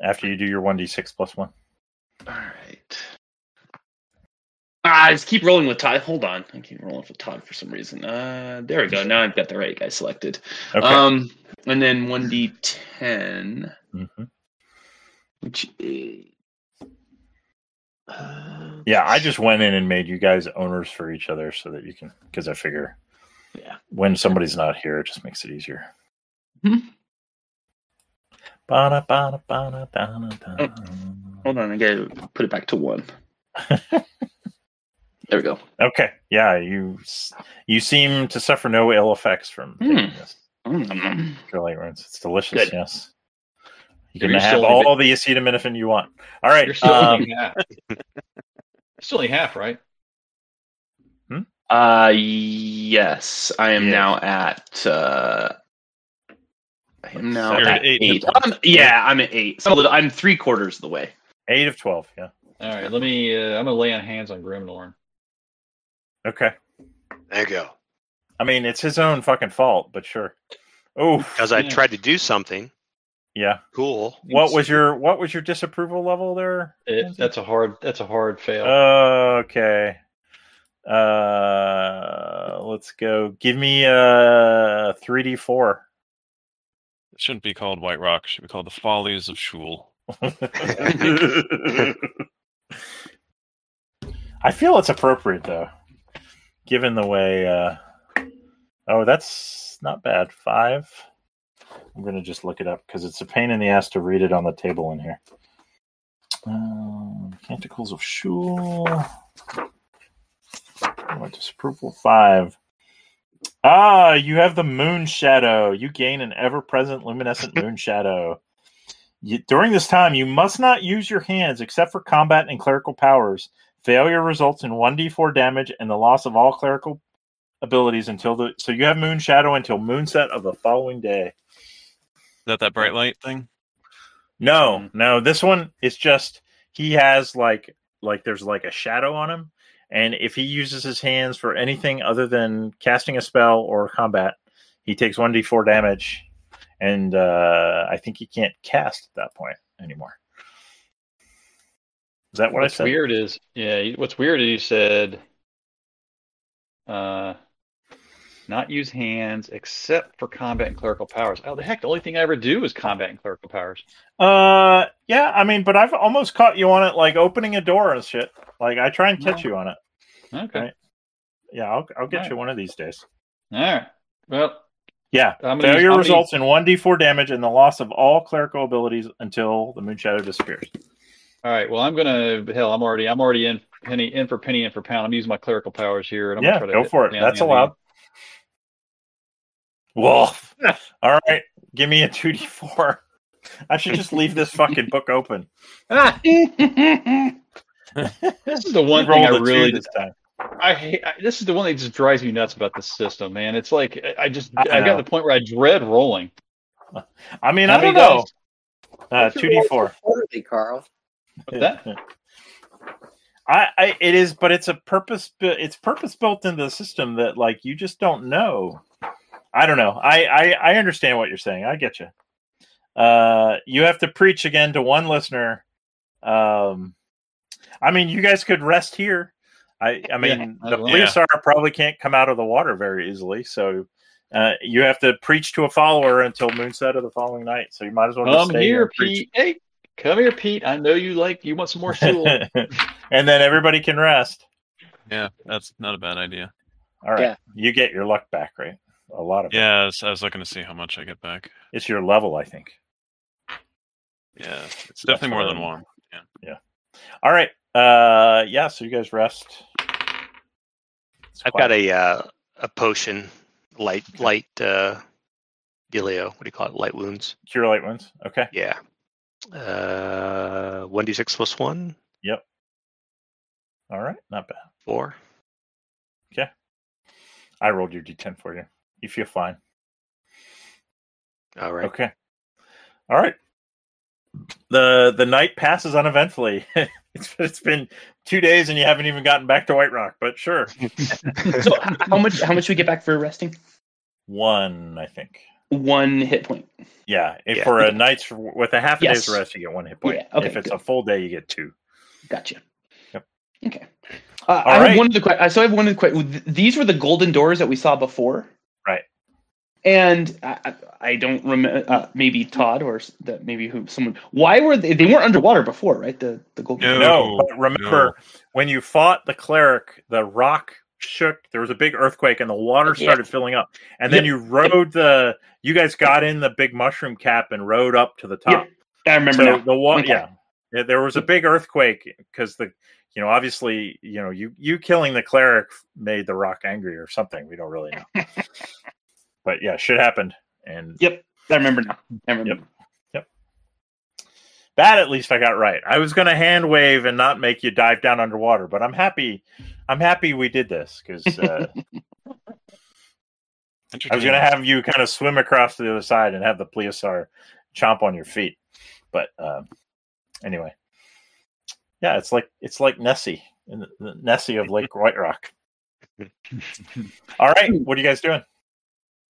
after you do your one d six plus one. All right. Ah, I just keep rolling with Todd. Hold on. I keep rolling with Todd for some reason. Uh, there we go. Now I've got the right guy selected. Okay. Um, and then 1d10, Mhm. which is. Uh, Yeah, I just went in and made you guys owners for each other so that you can, because I figure, Yeah. when somebody's not here, it just makes it easier. Mhm. Ba-da, ba-da, ba-da, da-da, da. Oh, Hold on. I gotta put it back to one. there we go. Okay, yeah, you s- you seem to suffer no ill effects from Hmm. taking this. Mm. Curly runes. It's delicious. Good. Yes. You If can you're have still- all the acetaminophen you want. All right. You're still um, only half. You're still only half, right? Uh, yes, I am Yeah. now at. Uh, I am now You're at at eight eight. hit points. I'm- yeah, I'm at eight. So I'm three quarters of the way. eight of twelve. Yeah. All right, let me. Uh, I'm gonna lay on hands on Grimnorn. Okay. There you go. I mean, it's his own fucking fault, but sure. Oh, Because I Yeah. tried to do something yeah. cool. What was your what was your disapproval level there? It, that's a hard. That's a hard fail. Okay. Uh, let's go. Give me a three d four. It shouldn't be called White Rock. It should be called the Follies of Shul. I feel it's appropriate though, given the way. Uh... Oh, that's not bad. Five. I'm gonna just look it up because it's a pain in the ass to read it on the table in here. Um, Canticles of Shul. My disapproval five. Ah, you have the moon shadow. You gain an ever-present luminescent moon shadow. You, during this time, you must not use your hands except for combat and clerical powers. Failure results in 1d4 damage and the loss of all clerical abilities until the. So you have Moon Shadow until moonset of the following day. Is that that bright light thing? No, no, this one is just he has like like there's like a shadow on him, and if he uses his hands for anything other than casting a spell or combat, he takes 1d4 damage, and uh, I think he can't cast at that point anymore. Is that what what's I said? weird is yeah. you- What's weird is you said, uh, not use hands except for combat and clerical powers. Oh, the heck! The only thing I ever do is combat and clerical powers. Uh, yeah, I mean, but I've almost caught you on it, like opening a door and shit. Like I try and catch you on it. Okay. Right. Yeah, I'll, I'll get you Right. one of these days. All right. Well, Yeah, I'm gonna use- failure I'm gonna results in one d4 damage and the loss of all clerical abilities until the moon shadow disappears. All right. Well, I'm gonna hell. I'm already. I'm already in penny in for penny in for pound. I'm using my clerical powers here. And I'm yeah, gonna try to go hit for it. down That's the allowed. *laughs* Wolf. all right, give me a two d4. I should just leave this fucking book open. *laughs* This is the one Roll thing I the two really. this time. I hate. I, this is the one that just drives me nuts about this system, man. It's like I- I just. I I, have know. got to the point where I dread rolling. I mean, How I many don't know. dice? Uh, two d4. Quarterly, Carl. *laughs* What's that? I, I it is, but it's a purpose. bu- It's purpose built into the system that like you just don't know. I don't know. I I, I understand what you're saying. I get you. Uh, you have to preach again to one listener. Um, I mean, you guys could rest here. I I mean, I the will. police are probably can't come out of the water very easily, so. Uh, you have to preach to a follower until moonset of the following night, so you might as well just Come stay here, and preach. Pete. Hey, come here, Pete. I know you like. You want some *laughs* more fuel? and then everybody can rest. Yeah, that's not a bad idea. All right. Yeah. You get your luck back, right? A lot of it. Yeah, I was, I was looking to see how much I get back. It's your level, I think. Yeah, it's definitely more what I than mean. one. All right. Uh yeah, so you guys rest. It's I've quiet. got a uh, a potion, light light uh, dealio. What do you call it? Light wounds. cure light wounds. Okay. Yeah. Uh, one d six plus one, All right. Not bad. four. I rolled your D ten for you. You feel fine. All right. Okay. All right. The the night passes uneventfully. *laughs* it's it's been two days and you haven't even gotten back to White Rock, but sure. so h- how much? How much we get back for resting? One, I think. One hit point. Yeah. If Yeah. for a night's with a half a Yes. day's rest, you get one hit point. Yeah, okay, if it's good. a full day, you get two. Gotcha. Yep. Okay. Uh, I right. have one of the que- so I have one of the que- th- these were the golden doors that we saw before. Right. And I, I- I don't remember uh, maybe Todd or s- that maybe who someone why were they they weren't underwater before right the the No. golden No, but remember no. when you fought the cleric, the rock shook. There was a big earthquake, and the water Yeah. started filling up. And then Yep. you rode the. You guys got in the big mushroom cap and rode up to the top. I remember So now. the water, Okay. yeah. yeah, there was a big earthquake because the, you know, obviously, you know, you you killing the *laughs* cleric made the rock angry or something. We don't really know. but yeah, shit happened, And Yep, I remember now. I remember. Yep. that at least I got right. I was going to hand wave and not make you dive down underwater, but I'm happy. I'm happy we did this because uh, I was going to have you kind of swim across to the other side and have the plesiosaur chomp on your feet. But um, anyway, yeah, it's like it's like Nessie, in the, the Nessie of Lake White Rock. All right, what are you guys doing?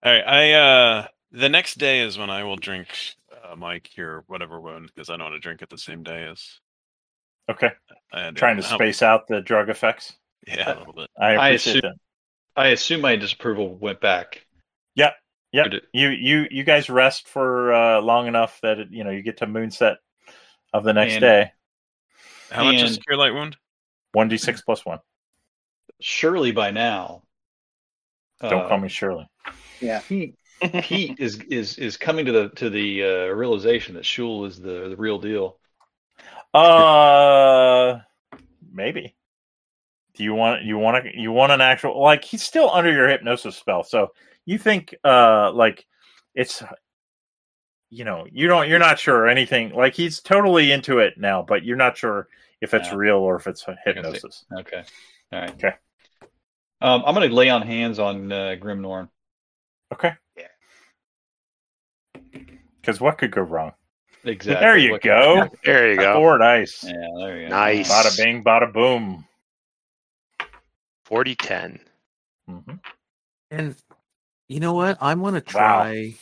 All right, I uh the next day is when I will drink uh, my cure whatever one because I don't want to drink it the same day as Okay, I had trying to help. space out the drug effects. Yeah, a little bit. I I appreciate assume- that. I assume my disapproval went back. Yep. Or did- you you you guys rest for uh, long enough that it, you know you get to moonset of the next And- day. How much is And- cure light wound? One d six plus one. Surely by now. Don't uh, call me Shirley. Pete, *laughs* Pete is is is coming to the to the uh, realization that Shul is the the real deal. Uh, maybe. Do you want you want to you want an actual like he's still under your hypnosis spell, so you think uh like it's you know you don't you're not sure anything like he's totally into it now, but you're not sure if it's Yeah. real or if it's I can see. hypnosis. Okay, all right. Okay. Um, I'm going to lay on hands on uh, Grimnorn. Okay. Yeah. Because what could go wrong? Exactly. There you What- go. There you go. Forward ice. Yeah, there you go. Nice. Bada bing, bada boom. Forty ten. hmm And you know what? I'm gonna try.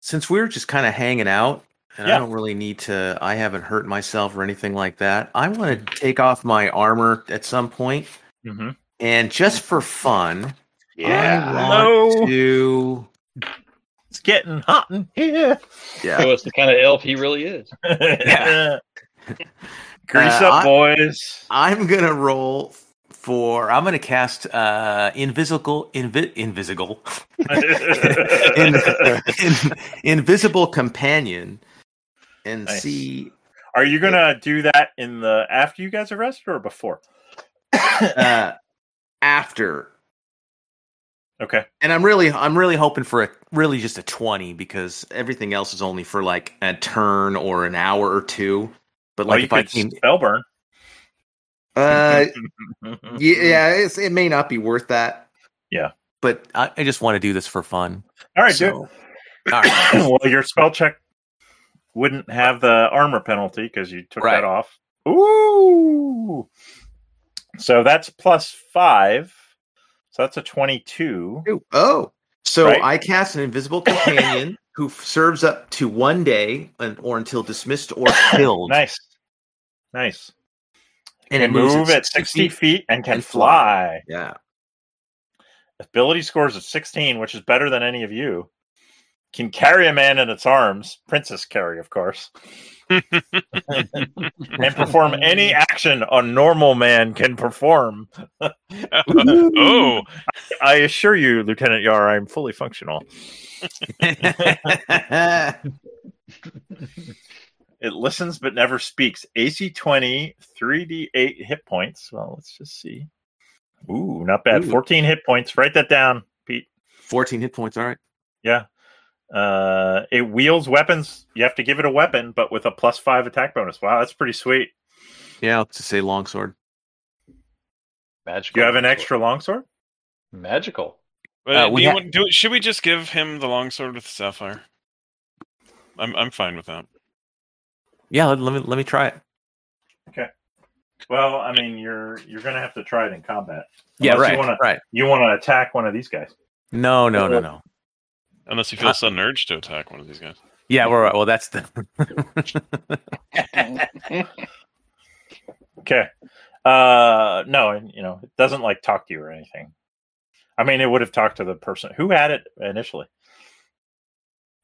Since we're just kind of hanging out, and Yeah. I don't really need to. I haven't hurt myself or anything like that. I want to take off my armor at some point, hmm and just for fun, Yeah. I want No. to. It's getting hot in *laughs* here. Yeah, Show us the kind of elf he really is. Yeah. Grease Uh, up, I- boys. I'm gonna roll for. I'm gonna cast uh invisible, invi- invisible, *laughs* *laughs* in, in- invisible companion, and Nice. see Are you gonna do that in the after you guys are rested or before? uh, after. Okay. And I'm really, I'm really hoping for a really just a twenty because everything else is only for like a turn or an hour or two. But Well, Oh, like you if I could can, spell burn. uh, yeah, yeah, it's, it may not be worth that. Yeah. but I, I just want to do this for fun. *laughs* All right, dude. so, all right. *coughs* well, your spell check wouldn't have the armor penalty because you took Right. that off. Ooh. So that's plus five. So that's a 22. Ooh, Oh, so Right. I cast an invisible companion *coughs* who f- serves up to one day and, or until dismissed *coughs* or killed, Nice. Nice. and Can moves move at 60 feet and can and fly. fly. Yeah, Ability scores of 16, which is better than any of you. Can carry a man in its arms, princess carry, of course, and perform any action a normal man can perform. oh, I assure you, Lieutenant Yar, I'm fully functional. *laughs* It listens but never speaks. AC 20, 3d8 hit points. Well, let's just see. Ooh, not bad. Ooh. 14 hit points. Write that down, Pete. *laughs* fourteen hit points. All right. Yeah. Uh, it wields weapons. You have to give it a weapon, but with a plus five attack bonus. Wow, that's pretty sweet. Yeah, I'll just say longsword. Magical. Do you have an extra longsword? Magical. but Uh, do we you ha- want- do- should we just give him the longsword with the sapphire? I'm I'm fine with that. Yeah, let, let me let me try it. Well, I mean, you're you're gonna have to try it in combat. Yeah, Unless right, you wanna- right. You want to attack one of these guys. No, no, no, no. Unless you feel sudden urge to attack one of these guys. Yeah, we're right. Well, that's *laughs* the. Mm-hmm. Okay. Uh, no, and you know it doesn't like talk to you or anything. I mean, it would have talked to the person who had it initially.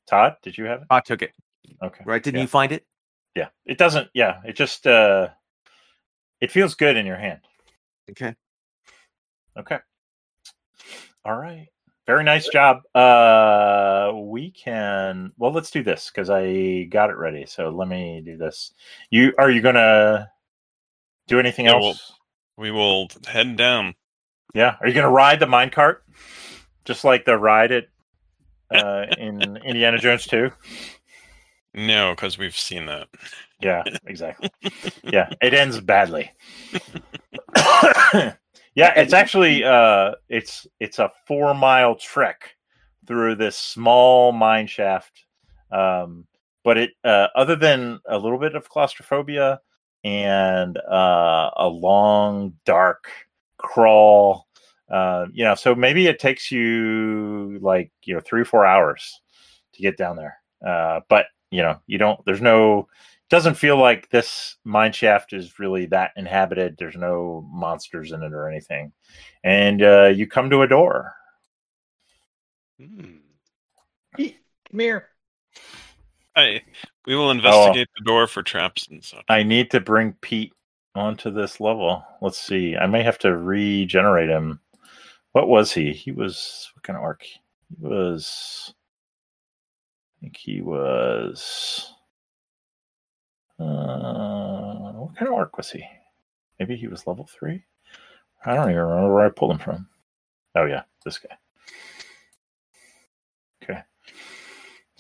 Todd, did you have it? I took it. Okay. Right? Didn't Yeah. you find it? Yeah. It doesn't. Yeah. It just. uh It feels good in your hand. *laughs* Okay. Okay. All right. Very nice job. Uh we can well let's do this because I got it ready. So let me do this. You are you gonna do anything Yeah, else? We will head down. yeah. Are you gonna ride the minecart? Just like the ride at uh, in Indiana Jones 2. No, because we've seen that. Yeah, exactly. yeah, it ends badly. yeah, it's actually uh, it's it's a four mile trek through this small mine shaft, um, but it uh, other than a little bit of claustrophobia and uh, a long dark crawl, uh, you know, so maybe it takes you like you know three or four hours to get down there, uh, but you know you don't. There's no doesn't feel like this mine shaft is really that inhabited. There's no monsters in it or anything. And uh, you come to a door. Hmm. Come here. I, we Oh, will investigate the door for traps and such. I need to bring Pete onto this level. Let's see. I may have to regenerate him. What was he? He was what kind of orc? He was. I think he was. Uh, what kind of orc was he? Maybe he was level three. I don't even remember where I pulled him from. Oh yeah, this guy. Okay.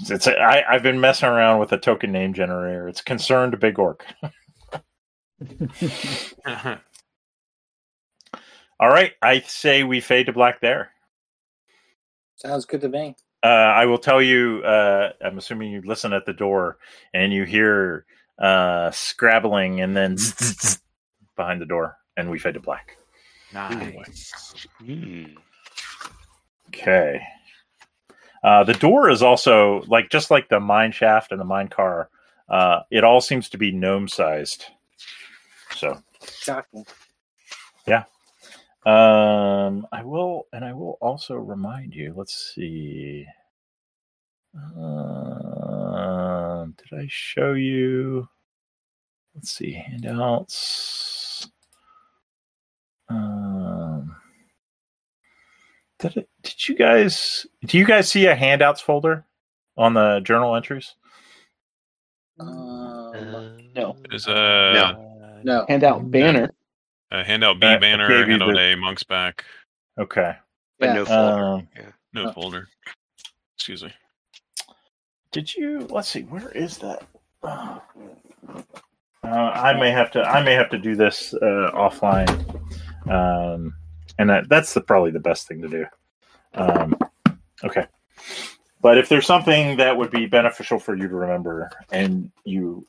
It's, it's I, I've been messing around with a token name generator. It's concerned big orc. All right, I say we fade to black there. Sounds good to me. uh, I will tell you. Uh, I'm assuming you listen at the door and you hear uh, scrabbling, and then behind the door, and we fade to black. Hmm. Okay. Uh, the door is also like just like the mine shaft and the mine car. Uh, it all seems to be gnome sized. So Shocking. Um, I will, and I will also remind you. Let's see. Uh, did I show you? Let's see handouts. Um, did it, did you guys? Do you guys see a handouts folder on the journal entries? Um, No. There's a, No. no. Hand out banner. a handout B Uh, banner, gave you handout the- A, monk's back, Okay. But Yeah. no folder. Um, no Oh. folder. Excuse me. did you? Let's see. Where is that? Uh, I may have to. I may have to do this uh, offline, um, and that, that's the, probably the best thing to do. Um, okay, but if there's something that would be beneficial for you to remember, and you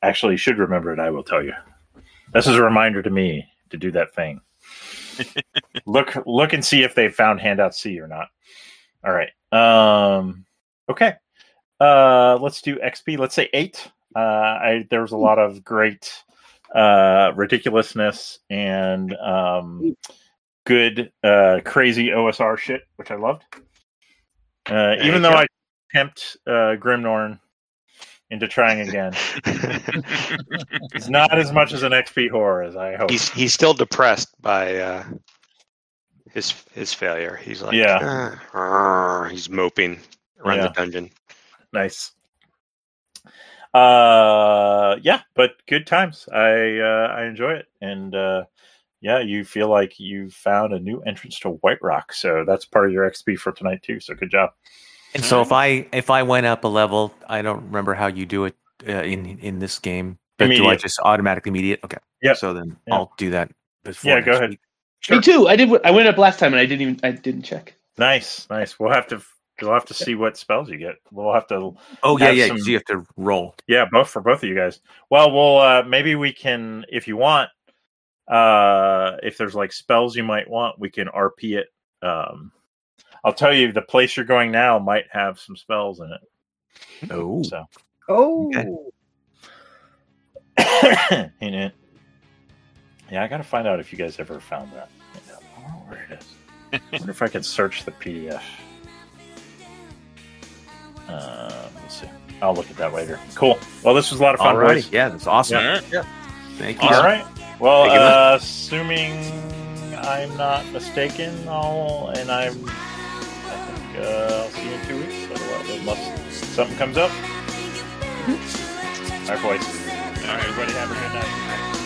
actually should remember it, I will tell you. This is a reminder to me to do that thing. look, look, and see if they found handout C or not. All right. Um, okay. Uh, let's do XP. Let's say eight. Uh, I there was a lot of great uh, ridiculousness and um, good uh, crazy OSR shit, which I loved. Uh, There even you though go. I tempt uh, Grimnorn into trying again, uh, *laughs* it's not as much as an XP horror as I hoped. he's he's still depressed by uh, his his failure. He's like, Yeah. "Ah, ah," he's moping around Yeah. the dungeon. nice. Uh, yeah, but good times. I uh, I enjoy it, and uh, yeah, you feel like you found a new entrance to White Rock, so that's part of your XP for tonight too. So good job. And so if I if I went up a level, I don't remember how you do it uh, in in this game. But do I Immediate. just automatically immediate? Okay. Yep. So then Yep. I'll do that. Before Yeah, go next ahead. week. Sure. Me too. I did. what- I went up last time and I didn't even. I didn't check. Nice, nice. We'll have to we'll have to see what spells you get. We'll have to Oh yeah, Have yeah. some- 'cause You have to roll. Yeah, both for both of you guys. Well, we'll uh, maybe we can, if you want, uh, if there's like spells you might want, we can RP it. Um, I'll tell you, the place you're going now might have some spells in it. Oh. So, *coughs* Oh, hint, hint. yeah, I gotta find out if you guys ever found that. I don't know where it is. I wonder if I could search the PDF. Uh, we'll see. I'll look at that later. Cool. Well, this was a lot of fun, All right. boys. Yeah, that's awesome. All right. Thank you. All right. Well, Thank you. uh, assuming I'm not mistaken, I'll, and I'm, I think uh, I'll see you in two weeks, otherwise- unless *laughs* something comes up. All right, boys. All right, everybody, have a good night.